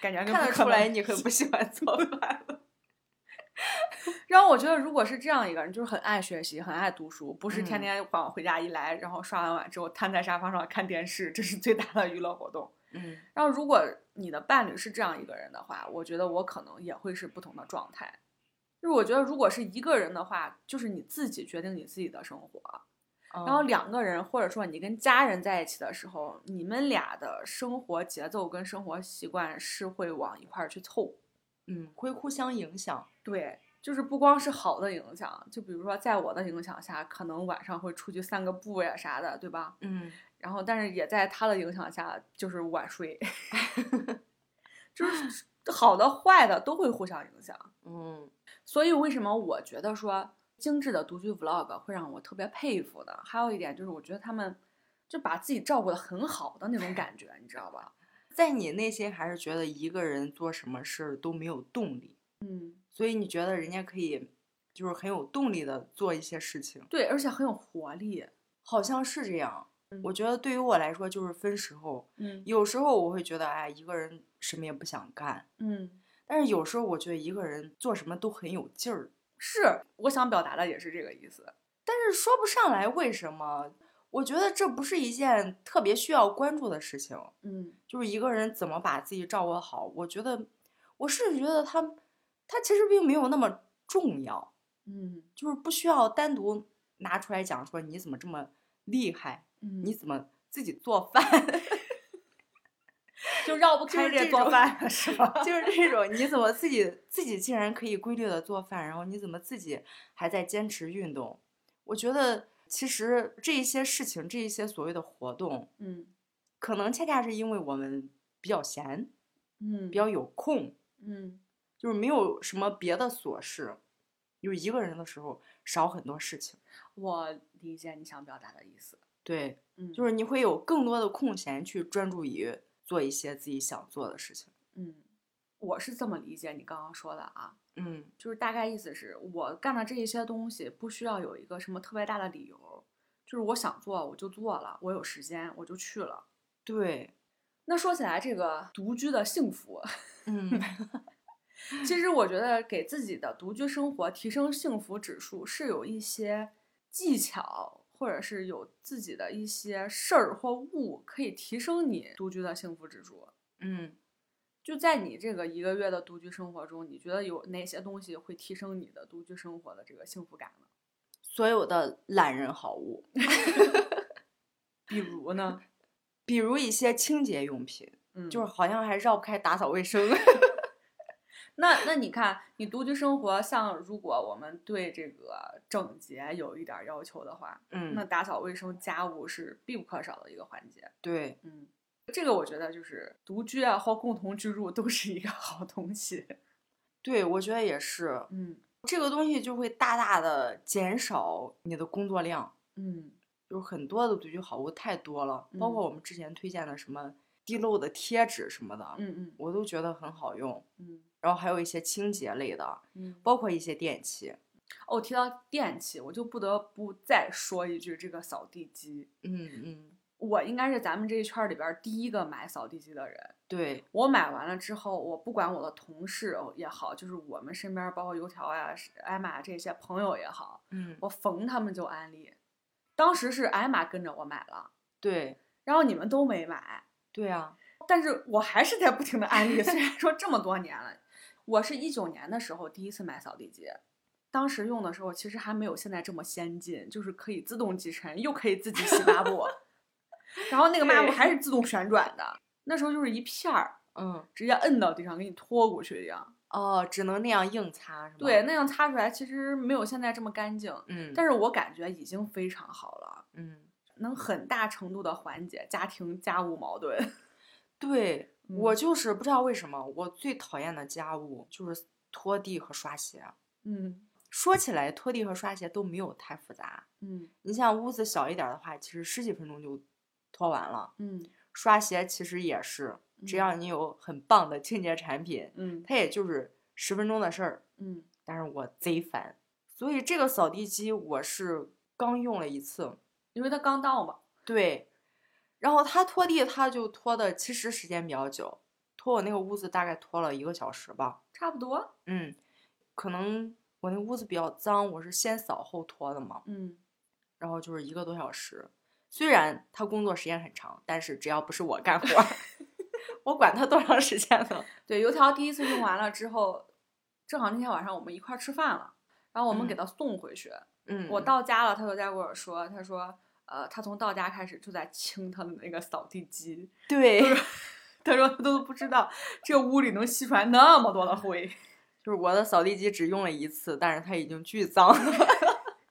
Speaker 1: 感觉跟
Speaker 2: 看
Speaker 1: 不
Speaker 2: 得
Speaker 1: 可
Speaker 2: 出来
Speaker 1: 能
Speaker 2: 你很不喜
Speaker 1: (laughs)
Speaker 2: 欢做饭了。
Speaker 1: 然后我觉得，如果是这样一个人，就是很爱学习、很爱读书，不是天
Speaker 2: 嗯
Speaker 1: 天晚上回家一来，然后刷完碗之后瘫在沙发上看电视，这是最大的娱乐活动。
Speaker 2: 嗯
Speaker 1: 然后，如果你的伴侣是这样一个人的话，我觉得我可能也会是不同的状态。就是我觉得，如果是一个人的话，就是你自己决定你自己的生活。然后
Speaker 2: 嗯
Speaker 1: 两个人，或者说你跟家人在一起的时候，你们俩的生活节奏跟生活习惯是会往一块儿去凑。
Speaker 2: 嗯，会互相影响。
Speaker 1: 对，就是不光是好的影响，就比如说在我的影响下，可能晚上会出去散个步呀啥的，对吧？
Speaker 2: 嗯，
Speaker 1: 然后，但是也在他的影响下，就是晚睡， (laughs) 就是好的坏的都会互相影响。
Speaker 2: 嗯，
Speaker 1: 所以为什么我觉得说精致的独居 vlog 会让我特别佩服呢？还有一点就是，我觉得他们就把自己照顾的很好的那种感觉，你知道吧？
Speaker 2: 在你内心还是觉得一个人做什么事儿都没有动力，
Speaker 1: 嗯，
Speaker 2: 所以你觉得人家可以就是很有动力的做一些事情，
Speaker 1: 对，而且很有活力。
Speaker 2: 好像是这样。我觉得对于我来说就是分时候，
Speaker 1: 嗯
Speaker 2: 有时候我会觉得哎一个人什么也不想干，
Speaker 1: 嗯，
Speaker 2: 但是有时候我觉得一个人做什么都很有劲儿，
Speaker 1: 是，我想表达的也是这个意思。
Speaker 2: 但是说不上来为什么。我觉得这不是一件特别需要关注的事情，
Speaker 1: 嗯，
Speaker 2: 就是一个人怎么把自己照顾好。我觉得，我甚至觉得他，他其实并没有那么重要，
Speaker 1: 嗯
Speaker 2: 就是不需要单独拿出来讲说你怎么这么厉害，
Speaker 1: 嗯，
Speaker 2: 你怎么自己做饭，
Speaker 1: 就绕不
Speaker 2: 就是
Speaker 1: 开这
Speaker 2: 这
Speaker 1: 做
Speaker 2: 种
Speaker 1: 饭了是吧？
Speaker 2: (laughs) 就是这种你怎么自己自己竟然可以规律的做饭，然后你怎么自己还在坚持运动？我觉得其实这一些事情，这一些所谓的活动，
Speaker 1: 嗯
Speaker 2: 可能恰恰是因为我们比较闲，
Speaker 1: 嗯，
Speaker 2: 比较有空，
Speaker 1: 嗯
Speaker 2: 就是没有什么别的琐事，就是一个人的时候少很多事情。
Speaker 1: 我理解你想表达的意思。
Speaker 2: 对，
Speaker 1: 嗯，
Speaker 2: 就是你会有更多的空闲去专注于做一些自己想做的事情。
Speaker 1: 嗯，我是这么理解你刚刚说的啊，
Speaker 2: 嗯
Speaker 1: 就是大概意思是我干的这一些东西不需要有一个什么特别大的理由，就是我想做我就做了，我有时间我就去了。，
Speaker 2: 对，
Speaker 1: 那说起来这个独居的幸福， (laughs)
Speaker 2: 嗯
Speaker 1: 其实我觉得给自己的独居生活提升幸福指数是有一些技巧，或者是有自己的一些事儿或物可以提升你独居的幸福指数。
Speaker 2: 嗯，
Speaker 1: 就在你这个一个月的独居生活中，你觉得有哪些东西会提升你的独居生活的这个幸福感呢？
Speaker 2: 所有的懒人好物，
Speaker 1: 比如呢，
Speaker 2: 比如一些清洁用品，
Speaker 1: 嗯，
Speaker 2: 就是好像还绕不开打扫卫生。 (laughs)
Speaker 1: 那那你看，你独居生活，像如果我们对这个整洁有一点儿要求的话，那
Speaker 2: 嗯，
Speaker 1: 打扫卫生、家务是必不可少的一个环节。
Speaker 2: 对，
Speaker 1: 嗯，这个我觉得就是独居啊或共同居住都是一个 (laughs) 好东西。
Speaker 2: 对，我觉得也是，
Speaker 1: 嗯
Speaker 2: 这个东西就会大大的减少你的工作量。
Speaker 1: 嗯
Speaker 2: 有很多的独居好物太多了，包括
Speaker 1: 嗯
Speaker 2: 我们之前推荐的什么滴漏的贴纸什么的，
Speaker 1: 嗯嗯
Speaker 2: 我都觉得很好用。
Speaker 1: 嗯
Speaker 2: 然后还有一些清洁类的，
Speaker 1: 嗯。
Speaker 2: 包括一些电器。
Speaker 1: 哦，提到电器，我就不得不再说一句这个扫地机。
Speaker 2: 嗯嗯，
Speaker 1: 我应该是咱们这一圈儿里边儿第一个买扫地机的人。
Speaker 2: 对，
Speaker 1: 我买完了之后，我不管我的同事哦也好，就是我们身边儿包括油条呀、是艾玛这些朋友也好，
Speaker 2: 嗯
Speaker 1: 我逢他们就安利。当时是艾玛跟着我买了，
Speaker 2: 对
Speaker 1: 然后你们都没买，
Speaker 2: 对啊，
Speaker 1: 但是我还是在不停的安利。虽然说这么多年了，我是一九年的时候第一次买扫地机，当时用的时候其实还没有现在这么先进，就是可以自动集尘，又可以自己洗抹布，然后那个抹布
Speaker 2: 对
Speaker 1: 还是自动旋转的。那时候就是一片儿，
Speaker 2: 嗯
Speaker 1: 直接摁到地上，给你拖过去一样。
Speaker 2: 哦，只能那样硬擦是吗？
Speaker 1: 对，，那样擦出来其实没有现在这么干净，
Speaker 2: 嗯，
Speaker 1: 但
Speaker 2: 是
Speaker 1: 是我感觉已经非常好了，
Speaker 2: 嗯，
Speaker 1: 能很大程度的缓解家庭家务矛盾。 (laughs)
Speaker 2: 对
Speaker 1: 嗯
Speaker 2: 我就是不知道为什么，我最讨厌的家务就是拖地和刷鞋。
Speaker 1: 嗯
Speaker 2: 说起来，拖地和刷鞋都没有太复杂。
Speaker 1: 嗯
Speaker 2: 你像屋子小一点儿的话，其实十几分钟就拖完了。
Speaker 1: 嗯
Speaker 2: 刷鞋其实也是，
Speaker 1: 嗯
Speaker 2: 只要你有很棒的清洁产品，
Speaker 1: 嗯
Speaker 2: 它也就是十分钟的事儿。
Speaker 1: 嗯
Speaker 2: 但是我贼烦，所以这个扫地机我是刚用了一次，
Speaker 1: 因为它刚到嘛。
Speaker 2: 对，然后它拖地它就拖的其实时间比较久，拖我那个屋子大概拖了一个小时吧，
Speaker 1: 差不多。
Speaker 2: 嗯，可能我那屋子比较脏，我是先扫后拖的嘛，
Speaker 1: 嗯，
Speaker 2: 然后就是一个多小时。虽然他工作时间很长，但是只要不是我干活 (laughs) 儿，我管他多长时间呢？
Speaker 1: 对，油条第一次用完了之后，正好那天晚上我们一块儿吃饭了，然后我们给
Speaker 2: 嗯
Speaker 1: 他送回去。
Speaker 2: 嗯，
Speaker 1: 我到家了，他就在跟我说，他说，呃，他从到家开始就在清他的那个扫地机，
Speaker 2: 对，
Speaker 1: 他说他都不知道这屋里能吸出来那么多的灰。 (laughs)
Speaker 2: 就是我的扫地机只用了一次，但是它已经巨脏了。 (laughs)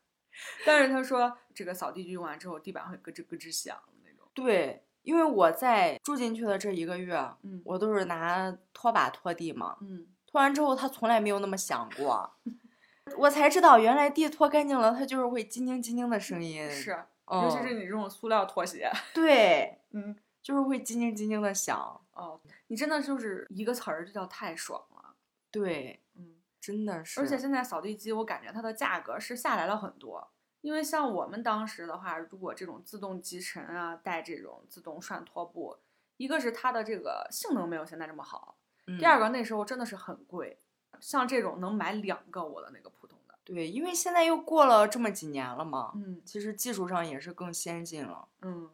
Speaker 1: 但是他说这个扫地机用完之后，地板会咯吱咯吱响的那种。
Speaker 2: 对，因为我在住进去的这一个月，
Speaker 1: 嗯
Speaker 2: 我都是拿拖把拖地嘛，
Speaker 1: 嗯，
Speaker 2: 拖完之后它从来没有那么响过。我才知道，原来地拖干净了，它就是会晶晶晶晶的声音。
Speaker 1: 是，
Speaker 2: 嗯，
Speaker 1: 尤其是你这种塑料拖鞋，
Speaker 2: 对，
Speaker 1: 哦嗯，
Speaker 2: 就是会晶晶晶晶的响。
Speaker 1: 哦，你真的就是一个词儿，就叫太爽了。
Speaker 2: 对，
Speaker 1: 嗯，
Speaker 2: 真的是。
Speaker 1: 而且现在扫地机，我感觉它的价格是下来了很多。因为像我们当时的话，如果这种自动集尘啊，带这种自动涮拖布，一个是它的这个性能没有现在这么好，第二
Speaker 2: 嗯
Speaker 1: 个那时候真的是很贵。像这种能买两个我的那个普通的，
Speaker 2: 对，因为现在又过了这么几年了嘛，
Speaker 1: 嗯
Speaker 2: 其实技术上也是更先进了。
Speaker 1: 嗯，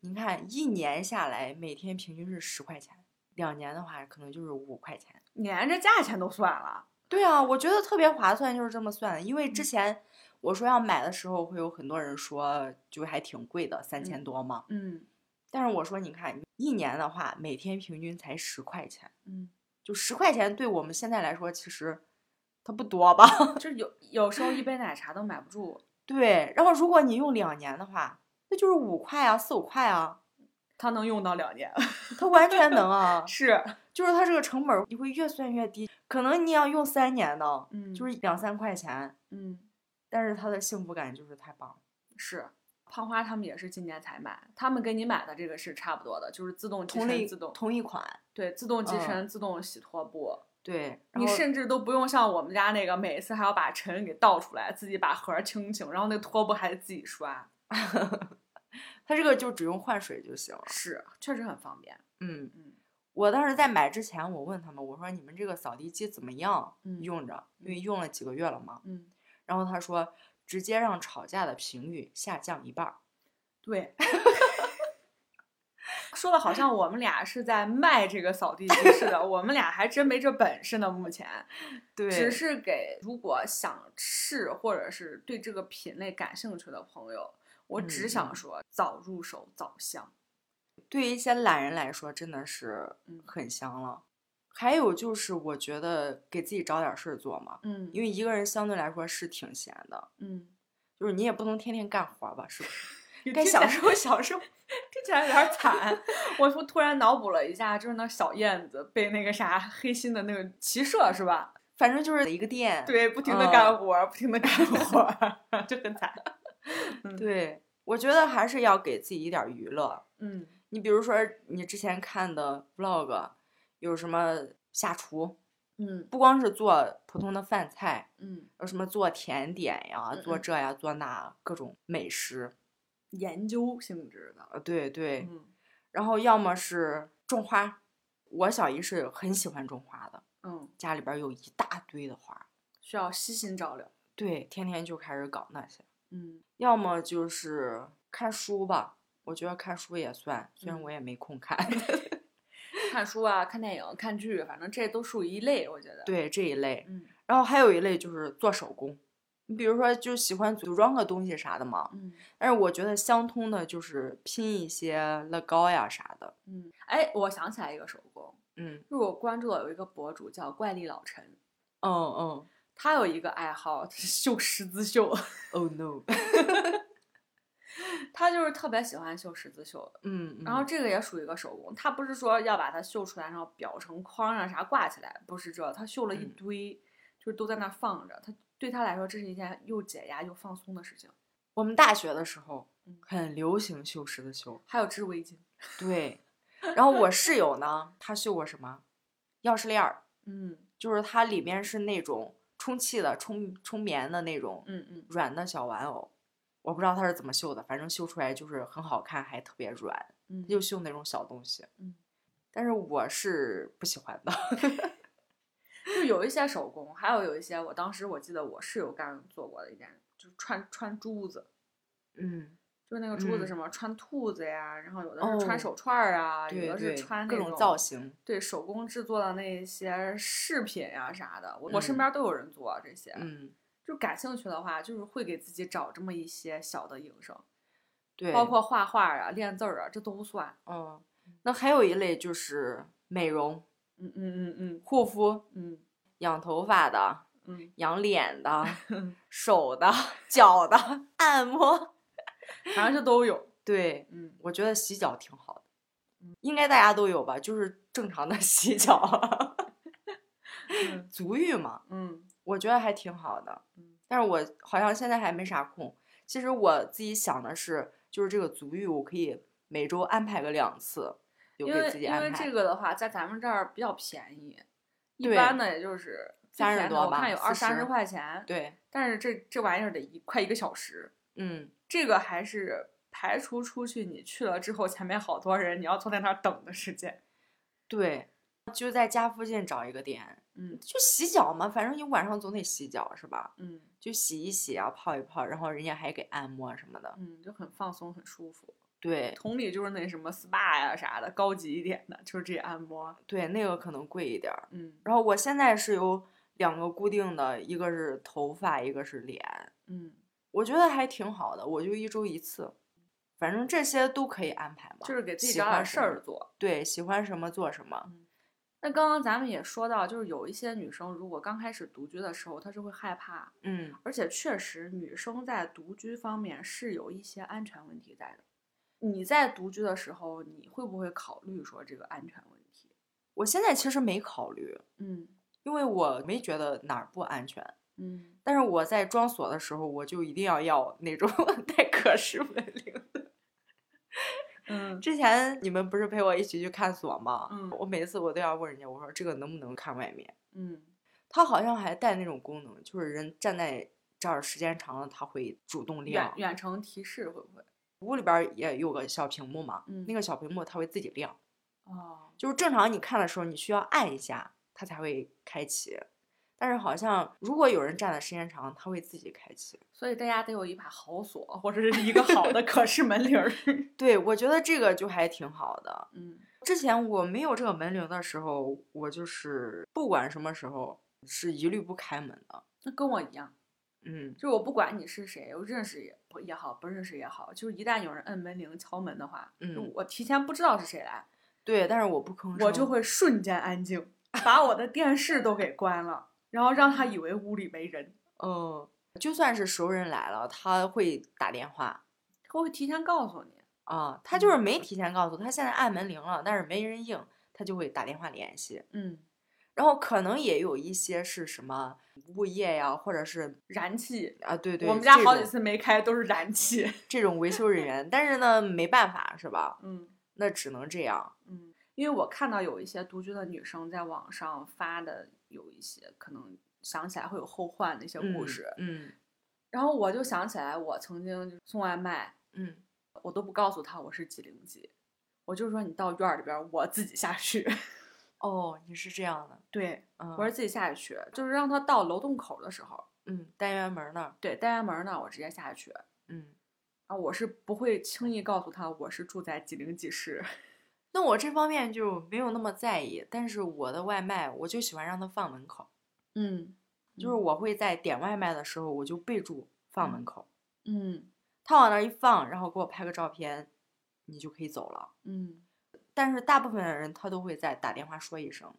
Speaker 2: 您看，一年下来每天平均是十块钱，两年的话可能就是五块钱。
Speaker 1: 连着价钱都算了，
Speaker 2: 对啊，我觉得特别划算，就是这么算的。
Speaker 1: 嗯
Speaker 2: 因为之前我说要买的时候，会有很多人说就还挺贵的，三千
Speaker 1: 嗯
Speaker 2: 多嘛。
Speaker 1: 嗯
Speaker 2: 但是我说，你看一年的话，每天平均才十块钱，
Speaker 1: 嗯，
Speaker 2: 就十块钱对我们现在来说，其实它不多吧？ (laughs)
Speaker 1: 就是有有时候一杯奶茶都买不住，
Speaker 2: 对。然后如果你用两年的话，那就是五块啊，四五块啊，
Speaker 1: 它能用到两年，。
Speaker 2: 它完全能
Speaker 1: (laughs)
Speaker 2: 啊
Speaker 1: 是，
Speaker 2: 就是它这个成本儿你会越算越低，可能你要用三年呢，
Speaker 1: 嗯
Speaker 2: 就是两三块钱，
Speaker 1: 嗯。
Speaker 2: 但是它的幸福感就是太棒了。
Speaker 1: 是，胖花他们也是今年才买，他们跟你买的这个是差不多的，就是自动集
Speaker 2: 同类
Speaker 1: 尘、自动
Speaker 2: 同一款，
Speaker 1: 对自动集
Speaker 2: 嗯
Speaker 1: 尘、自动洗拖布，
Speaker 2: 对，然
Speaker 1: 你
Speaker 2: 后
Speaker 1: 甚至都不用像我们家那个，每次还要把尘给倒出来，自己把盒儿清清，然后那拖布还得自己刷，
Speaker 2: 它这个就只用换水就行了。
Speaker 1: 是，确实很方便。
Speaker 2: 嗯，
Speaker 1: 嗯
Speaker 2: 我当时在买之前，我问他们，我说你们这个扫地机怎么样
Speaker 1: 嗯
Speaker 2: 用着？因为用了几个月了嘛。
Speaker 1: 嗯，
Speaker 2: 然后他说直接让吵架的频率下降一半儿。
Speaker 1: 对。 (laughs) 说的好像我们俩是在卖这个扫地机似的，我们俩还真没这本事呢。目前，
Speaker 2: 对
Speaker 1: 只是给如果想试或者是对这个品类感兴趣的朋友，我只
Speaker 2: 嗯
Speaker 1: 想
Speaker 2: 嗯
Speaker 1: 说早入手早香。
Speaker 2: 对于一些懒人来说，真的是
Speaker 1: 嗯
Speaker 2: 很香了。还有就是，我觉得给自己找点事儿做嘛，
Speaker 1: 嗯
Speaker 2: 因为一个人相对来说是挺闲的，
Speaker 1: 嗯，
Speaker 2: 就是你也不能天天干活吧，是不
Speaker 1: (laughs)
Speaker 2: 是？
Speaker 1: 该
Speaker 2: 该
Speaker 1: 享
Speaker 2: 享
Speaker 1: 受。
Speaker 2: 受 (laughs) 享受。
Speaker 1: 听起来有点惨。 (laughs) 我我突然脑补了一下，就是那小燕子被那个啥黑心的那个骑射是吧？
Speaker 2: 反正就是一个店，
Speaker 1: 对，不停的
Speaker 2: 嗯
Speaker 1: 干活儿，不停的干活儿， (laughs) 就很惨。
Speaker 2: 对我觉得还是要给自己一点儿娱乐。
Speaker 1: 嗯
Speaker 2: 你比如说，你之前看的 vlog，有什么下厨，
Speaker 1: 嗯
Speaker 2: 不光是做普通的饭菜，
Speaker 1: 嗯，
Speaker 2: 有什么做甜点呀，
Speaker 1: 嗯
Speaker 2: 做
Speaker 1: 嗯
Speaker 2: 这呀，做那各种美食。
Speaker 1: 研究性质的。
Speaker 2: 呃，对对，
Speaker 1: 嗯
Speaker 2: 然后要么是种花，我小姨是很喜欢种花的，
Speaker 1: 嗯，
Speaker 2: 家里边儿有一大堆的花，
Speaker 1: 需要悉心照料。
Speaker 2: 对，天天就开始搞那些。
Speaker 1: 嗯
Speaker 2: 要么就是看书吧，我觉得看书也算，虽然
Speaker 1: 嗯
Speaker 2: 我也没空看， (laughs)
Speaker 1: 看书啊，看电影、看剧，反正这都属于一类，我觉得。，
Speaker 2: 对这一类。
Speaker 1: 嗯
Speaker 2: 然后还有一类就是做手工，你比如说就喜欢组装个东西啥的嘛。
Speaker 1: 嗯
Speaker 2: 但是我觉得相通的就是拼一些乐高呀啥的，
Speaker 1: 嗯。哎，我想起来一个手工，
Speaker 2: 嗯
Speaker 1: 就是我关注了有一个博主叫怪力老陈，哦
Speaker 2: 嗯嗯
Speaker 1: 他有一个爱好 (laughs) 绣十字绣， (laughs)
Speaker 2: ，Oh no，
Speaker 1: 他就是特别喜欢绣十字绣，
Speaker 2: 嗯，
Speaker 1: 然后
Speaker 2: 嗯
Speaker 1: 这个也属于一个手工，他不是说要把它绣出来，然后裱成框上啥挂起来，不是这，他绣了一
Speaker 2: 嗯
Speaker 1: 堆，就是都在那儿放着，他对他来说这是一件又解压又放松的事情，
Speaker 2: 我们大学的时候
Speaker 1: 嗯
Speaker 2: 很流行绣十字绣，
Speaker 1: 还有织围巾，
Speaker 2: 对，然后我室友呢，她绣过什么？钥匙链儿，
Speaker 1: 嗯
Speaker 2: 就是它里面是那种充气的、充充棉的那种
Speaker 1: 嗯嗯，
Speaker 2: 软的小玩偶。我不知道它是怎么绣的，反正绣出来就是很好看，还特别软，
Speaker 1: 嗯
Speaker 2: 就绣那种小东西。
Speaker 1: 嗯，
Speaker 2: 但是我是不喜欢的。 (laughs)
Speaker 1: 就有一些手工，还有有一些，我当时我记得我室友干做过的一件，就是穿穿珠子，
Speaker 2: 嗯，
Speaker 1: 就是那个珠子
Speaker 2: 嗯
Speaker 1: 什么、穿兔子呀，然后有的是穿
Speaker 2: 哦
Speaker 1: 手串儿啊，
Speaker 2: 对
Speaker 1: 有的
Speaker 2: 对，
Speaker 1: 是穿
Speaker 2: 各
Speaker 1: 那
Speaker 2: 种造，型。
Speaker 1: 对手工制作的那些饰品呀、啥的，我、我身
Speaker 2: 嗯
Speaker 1: 边都有人做这些。
Speaker 2: 嗯，
Speaker 1: 就感兴趣的话，就是会给自己找这么一些小的营生，
Speaker 2: 对，
Speaker 1: 包括画画啊、练字儿啊，这都算。
Speaker 2: 嗯，那还有一类就是美容、
Speaker 1: 嗯嗯嗯嗯
Speaker 2: 护肤，
Speaker 1: 嗯
Speaker 2: 养头发的、
Speaker 1: 嗯，
Speaker 2: 养脸 (laughs) 的、手的、脚的、按摩。
Speaker 1: 反正就都有。
Speaker 2: 对，
Speaker 1: 嗯，
Speaker 2: 我觉得洗脚挺好的，应该大家都有吧，就是正常的洗脚， (laughs)
Speaker 1: 嗯
Speaker 2: 足浴嘛，
Speaker 1: 嗯
Speaker 2: 我觉得还挺好的
Speaker 1: 嗯。
Speaker 2: 但是我好像现在还没啥空。其实我自己想的是，就是这个足浴，我可以每周安排个两次，有
Speaker 1: 因
Speaker 2: 给
Speaker 1: 为
Speaker 2: 自己
Speaker 1: 因为
Speaker 2: 安排。
Speaker 1: 这个的话，在咱们这儿比较便宜，一
Speaker 2: 对
Speaker 1: 般呢也就是最
Speaker 2: 30
Speaker 1: 便宜的
Speaker 2: 多
Speaker 1: 我
Speaker 2: 吧
Speaker 1: 看有二三
Speaker 2: 40
Speaker 1: 十块钱。
Speaker 2: 对，
Speaker 1: 但是这这玩意儿得一快一个小时，
Speaker 2: 嗯，
Speaker 1: 这个还是排除出去你去了之后，前面好多人，你要坐在那儿等的时间。
Speaker 2: 对，就在家附近找一个点，
Speaker 1: 嗯
Speaker 2: 就洗脚嘛，反正你晚上总得洗脚是吧？
Speaker 1: 嗯
Speaker 2: 就洗一洗啊，泡一泡，然后人家还给按摩什么的。
Speaker 1: 嗯，就很放松，很舒服。
Speaker 2: 对
Speaker 1: 同理就是那什么 SPA 呀啥的，高级一点的，就是这按摩。
Speaker 2: 对，那个可能贵一点儿。
Speaker 1: 嗯
Speaker 2: 然后我现在是有两个固定的，一个是头发，一个是脸，
Speaker 1: 嗯，
Speaker 2: 我觉得还挺好的，我就一周一次，反正这些都可以安排嘛。
Speaker 1: 就是给自己
Speaker 2: 喜
Speaker 1: 找点
Speaker 2: 欢
Speaker 1: 事
Speaker 2: 什么
Speaker 1: 儿做。嗯
Speaker 2: 对，喜欢什么做什么。
Speaker 1: 那刚刚咱们也说到，就是有一些女生如果刚开始独居的时候，她是会害怕，
Speaker 2: 嗯，
Speaker 1: 而且确实女生在独居方面是有一些安全问题在的。你在独居的时候，你会不会考虑说这个安全问题？
Speaker 2: 我现在其实没考虑，
Speaker 1: 嗯
Speaker 2: 因为我没觉得哪儿不安全。
Speaker 1: 嗯，
Speaker 2: 但是我在装锁的时候，我就一定要要那种 (laughs) 带可视门铃。 (laughs)
Speaker 1: 嗯，
Speaker 2: 之前你们不是陪我一起去看锁吗？
Speaker 1: 嗯
Speaker 2: 我每次我都要问人家，我说这个能不能看外面？
Speaker 1: 嗯，
Speaker 2: 它好像还带那种功能，就是人站在这儿时间长了，它会主动
Speaker 1: 远
Speaker 2: 亮。
Speaker 1: 远程提示会不会？
Speaker 2: 屋里边儿也有个小屏幕嘛，
Speaker 1: 嗯
Speaker 2: 那个小屏幕它会自己亮，
Speaker 1: 哦，
Speaker 2: 就是正常你看的时候，你需要按一下它才会开启。但是好像如果有人站的时间长，它会自己开启。
Speaker 1: 所以大家得有一把好锁，或者是一个好的 (laughs) 可视门铃儿。
Speaker 2: 对，我觉得这个就还挺好的。
Speaker 1: 嗯
Speaker 2: 之前我没有这个门铃的时候，我就是不管什么时候是一律不开门的。，
Speaker 1: 那跟我一样，
Speaker 2: 嗯，
Speaker 1: 就是我不管你是谁，我认识也不也好，不认识也好，就是一旦有人摁门铃敲门的话，就
Speaker 2: 嗯
Speaker 1: 我提前不知道是谁来，
Speaker 2: 对，但是我不吭声，
Speaker 1: 我就会瞬间安静，把我的电视都给关了，然后让他以为屋里没人，
Speaker 2: 嗯，就算是熟人来了，他会打电话
Speaker 1: 他会提前告诉你。
Speaker 2: 啊，他
Speaker 1: 嗯
Speaker 2: 就是没提前告诉，他现在按门铃了，但是没人应，他就会打电话联系。
Speaker 1: 嗯，
Speaker 2: 然后可能也有一些是什么物业呀，或者是
Speaker 1: 燃气，
Speaker 2: 啊，对对，
Speaker 1: 我们家
Speaker 2: 这
Speaker 1: 好几
Speaker 2: 种
Speaker 1: 次没开都是燃
Speaker 2: (laughs)
Speaker 1: 气。
Speaker 2: 这种维修人员，但是呢，没办法是吧？
Speaker 1: 嗯
Speaker 2: 那只能这样。
Speaker 1: 嗯，因为我看到有一些独居的女生在网上发的有一些可能想起来会有后患的一些故事，
Speaker 2: 嗯
Speaker 1: 然后我就想起来我曾经就是送外卖。
Speaker 2: 嗯
Speaker 1: 我都不告诉他我是几零几，我就说你到院儿里边儿，我自己下去。 (laughs)
Speaker 2: 哦，你是这样的，
Speaker 1: 对，
Speaker 2: 嗯，
Speaker 1: 我是自己下去，就是让他到楼洞口的时候，
Speaker 2: 嗯，单元门那儿，
Speaker 1: 对，单元门儿那我直接下去。
Speaker 2: 嗯，
Speaker 1: 啊，我是不会轻易告诉他我是住在几零几室。 (laughs)
Speaker 2: 那我这方面就没有那么在意，但是我的外卖我就喜欢让他放门口。
Speaker 1: 嗯，
Speaker 2: 就是我会在点外卖的时候，我就备注放门
Speaker 1: 嗯
Speaker 2: 口，
Speaker 1: 嗯
Speaker 2: 他往那儿一放，然后给我拍个照片，你就可以走了。
Speaker 1: 嗯
Speaker 2: 但是大部分的人他都会在打电话说一声，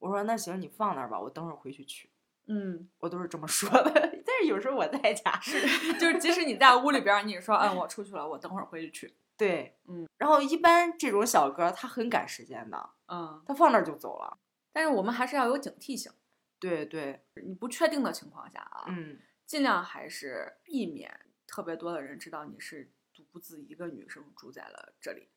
Speaker 2: 我说那行你放那儿吧，我等会儿回去取，
Speaker 1: 嗯，
Speaker 2: 我都是这么说的。 (laughs) 但是有时候我在家，
Speaker 1: (laughs) 就是即使你在屋里边儿，你说嗯我出去了，我等会儿回去去。
Speaker 2: 对，
Speaker 1: 嗯。
Speaker 2: 然后一般这种小哥他很赶时间的，
Speaker 1: 嗯，
Speaker 2: 他放那儿就走了。
Speaker 1: 但是我们还是要有警惕性，
Speaker 2: 对对，
Speaker 1: 你不确定的情况下啊，
Speaker 2: 嗯，
Speaker 1: 尽量还是避免特别多的人知道你是独自一个女生住在了这里。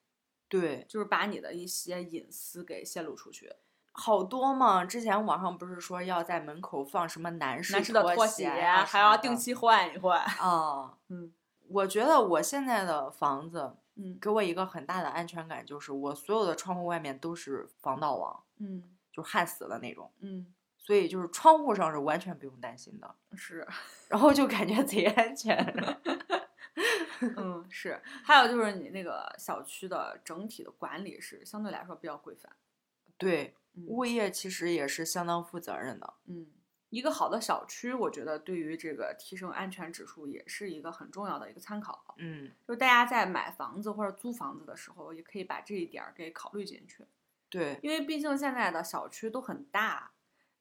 Speaker 2: 对，
Speaker 1: 就是把你的一些隐私给泄露出去。
Speaker 2: 好多嘛。之前网上不是说要在门口放什么男士
Speaker 1: 男士的拖
Speaker 2: 鞋
Speaker 1: 鞋
Speaker 2: 啊
Speaker 1: 还
Speaker 2: 什么
Speaker 1: 要
Speaker 2: 的
Speaker 1: 定期换一换。
Speaker 2: 啊。
Speaker 1: 嗯
Speaker 2: 我觉得我现在的房子
Speaker 1: 嗯
Speaker 2: 给我一个很大的安全感，就是我所有的窗户外面都是防盗网，
Speaker 1: 嗯
Speaker 2: 就是焊死的那种，
Speaker 1: 嗯，
Speaker 2: 所以就是窗户上是完全不用担心的， (laughs)
Speaker 1: 是，
Speaker 2: 然后就感觉贼 (laughs) 安全。
Speaker 1: 嗯是。还有就是你那个小区的整体的管理是相对来说比较规范。
Speaker 2: 对，
Speaker 1: 嗯
Speaker 2: 物业其实也是相当负责任的。
Speaker 1: 嗯，一个好的小区，我觉得对于这个提升安全指数也是一个很重要的一个参考。
Speaker 2: 嗯，
Speaker 1: 就是大家在买房子或者租房子的时候，也可以把这一点儿给考虑进去。
Speaker 2: 对，
Speaker 1: 因为毕竟现在的小区都很大，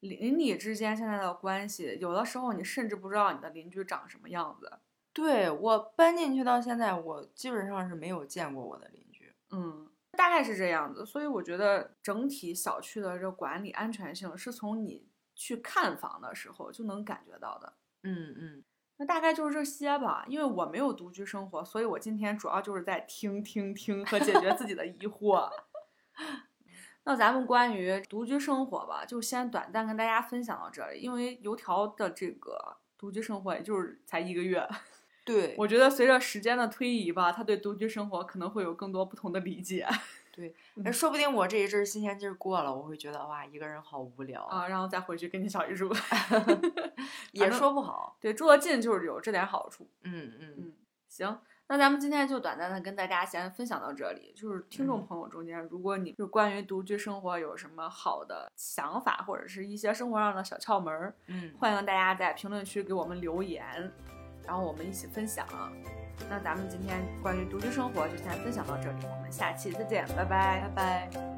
Speaker 1: 邻里之间现在的关系，有的时候你甚至不知道你的邻居长什么样子。
Speaker 2: 对我搬进去到现在，我基本上是没有见过我的邻居。
Speaker 1: 嗯，大概是这样子。所以我觉得整体小区的这管理安全性是从你去看房的时候就能感觉到的。
Speaker 2: 嗯嗯，
Speaker 1: 那大概就是这些吧，因为我没有独居生活，所以我今天主要就是在听听听和解决自己的疑
Speaker 2: (laughs)
Speaker 1: 惑。那咱们关于独居生活吧，就先短暂跟大家分享到这里，因为油条的这个独居生活也就是才一个月，
Speaker 2: 对，
Speaker 1: 我觉得随着时间的推移吧，他对独居生活可能会有更多不同的理解
Speaker 2: 哎说不定我这一阵儿新鲜劲儿过了，我会觉得哇，一个人好无聊
Speaker 1: 啊、，然后再回去跟你小姨
Speaker 2: (laughs)
Speaker 1: 住，
Speaker 2: 哦也
Speaker 1: 反正
Speaker 2: 说不好。
Speaker 1: 对，住得近就是有这点好处。
Speaker 2: 嗯嗯，
Speaker 1: 行，那咱们今天就短暂的跟大家先分享到这里。就是听众
Speaker 2: 嗯
Speaker 1: 朋友中间，如果你就关于独居生活有什么好的想法，或者是一些生活上的小窍门儿，
Speaker 2: 嗯，
Speaker 1: 欢迎大家在评论区给我们留言，然后我们一起分享。那咱们今天关于独居生活就先分享到这里，我们下期再见，拜拜，拜拜。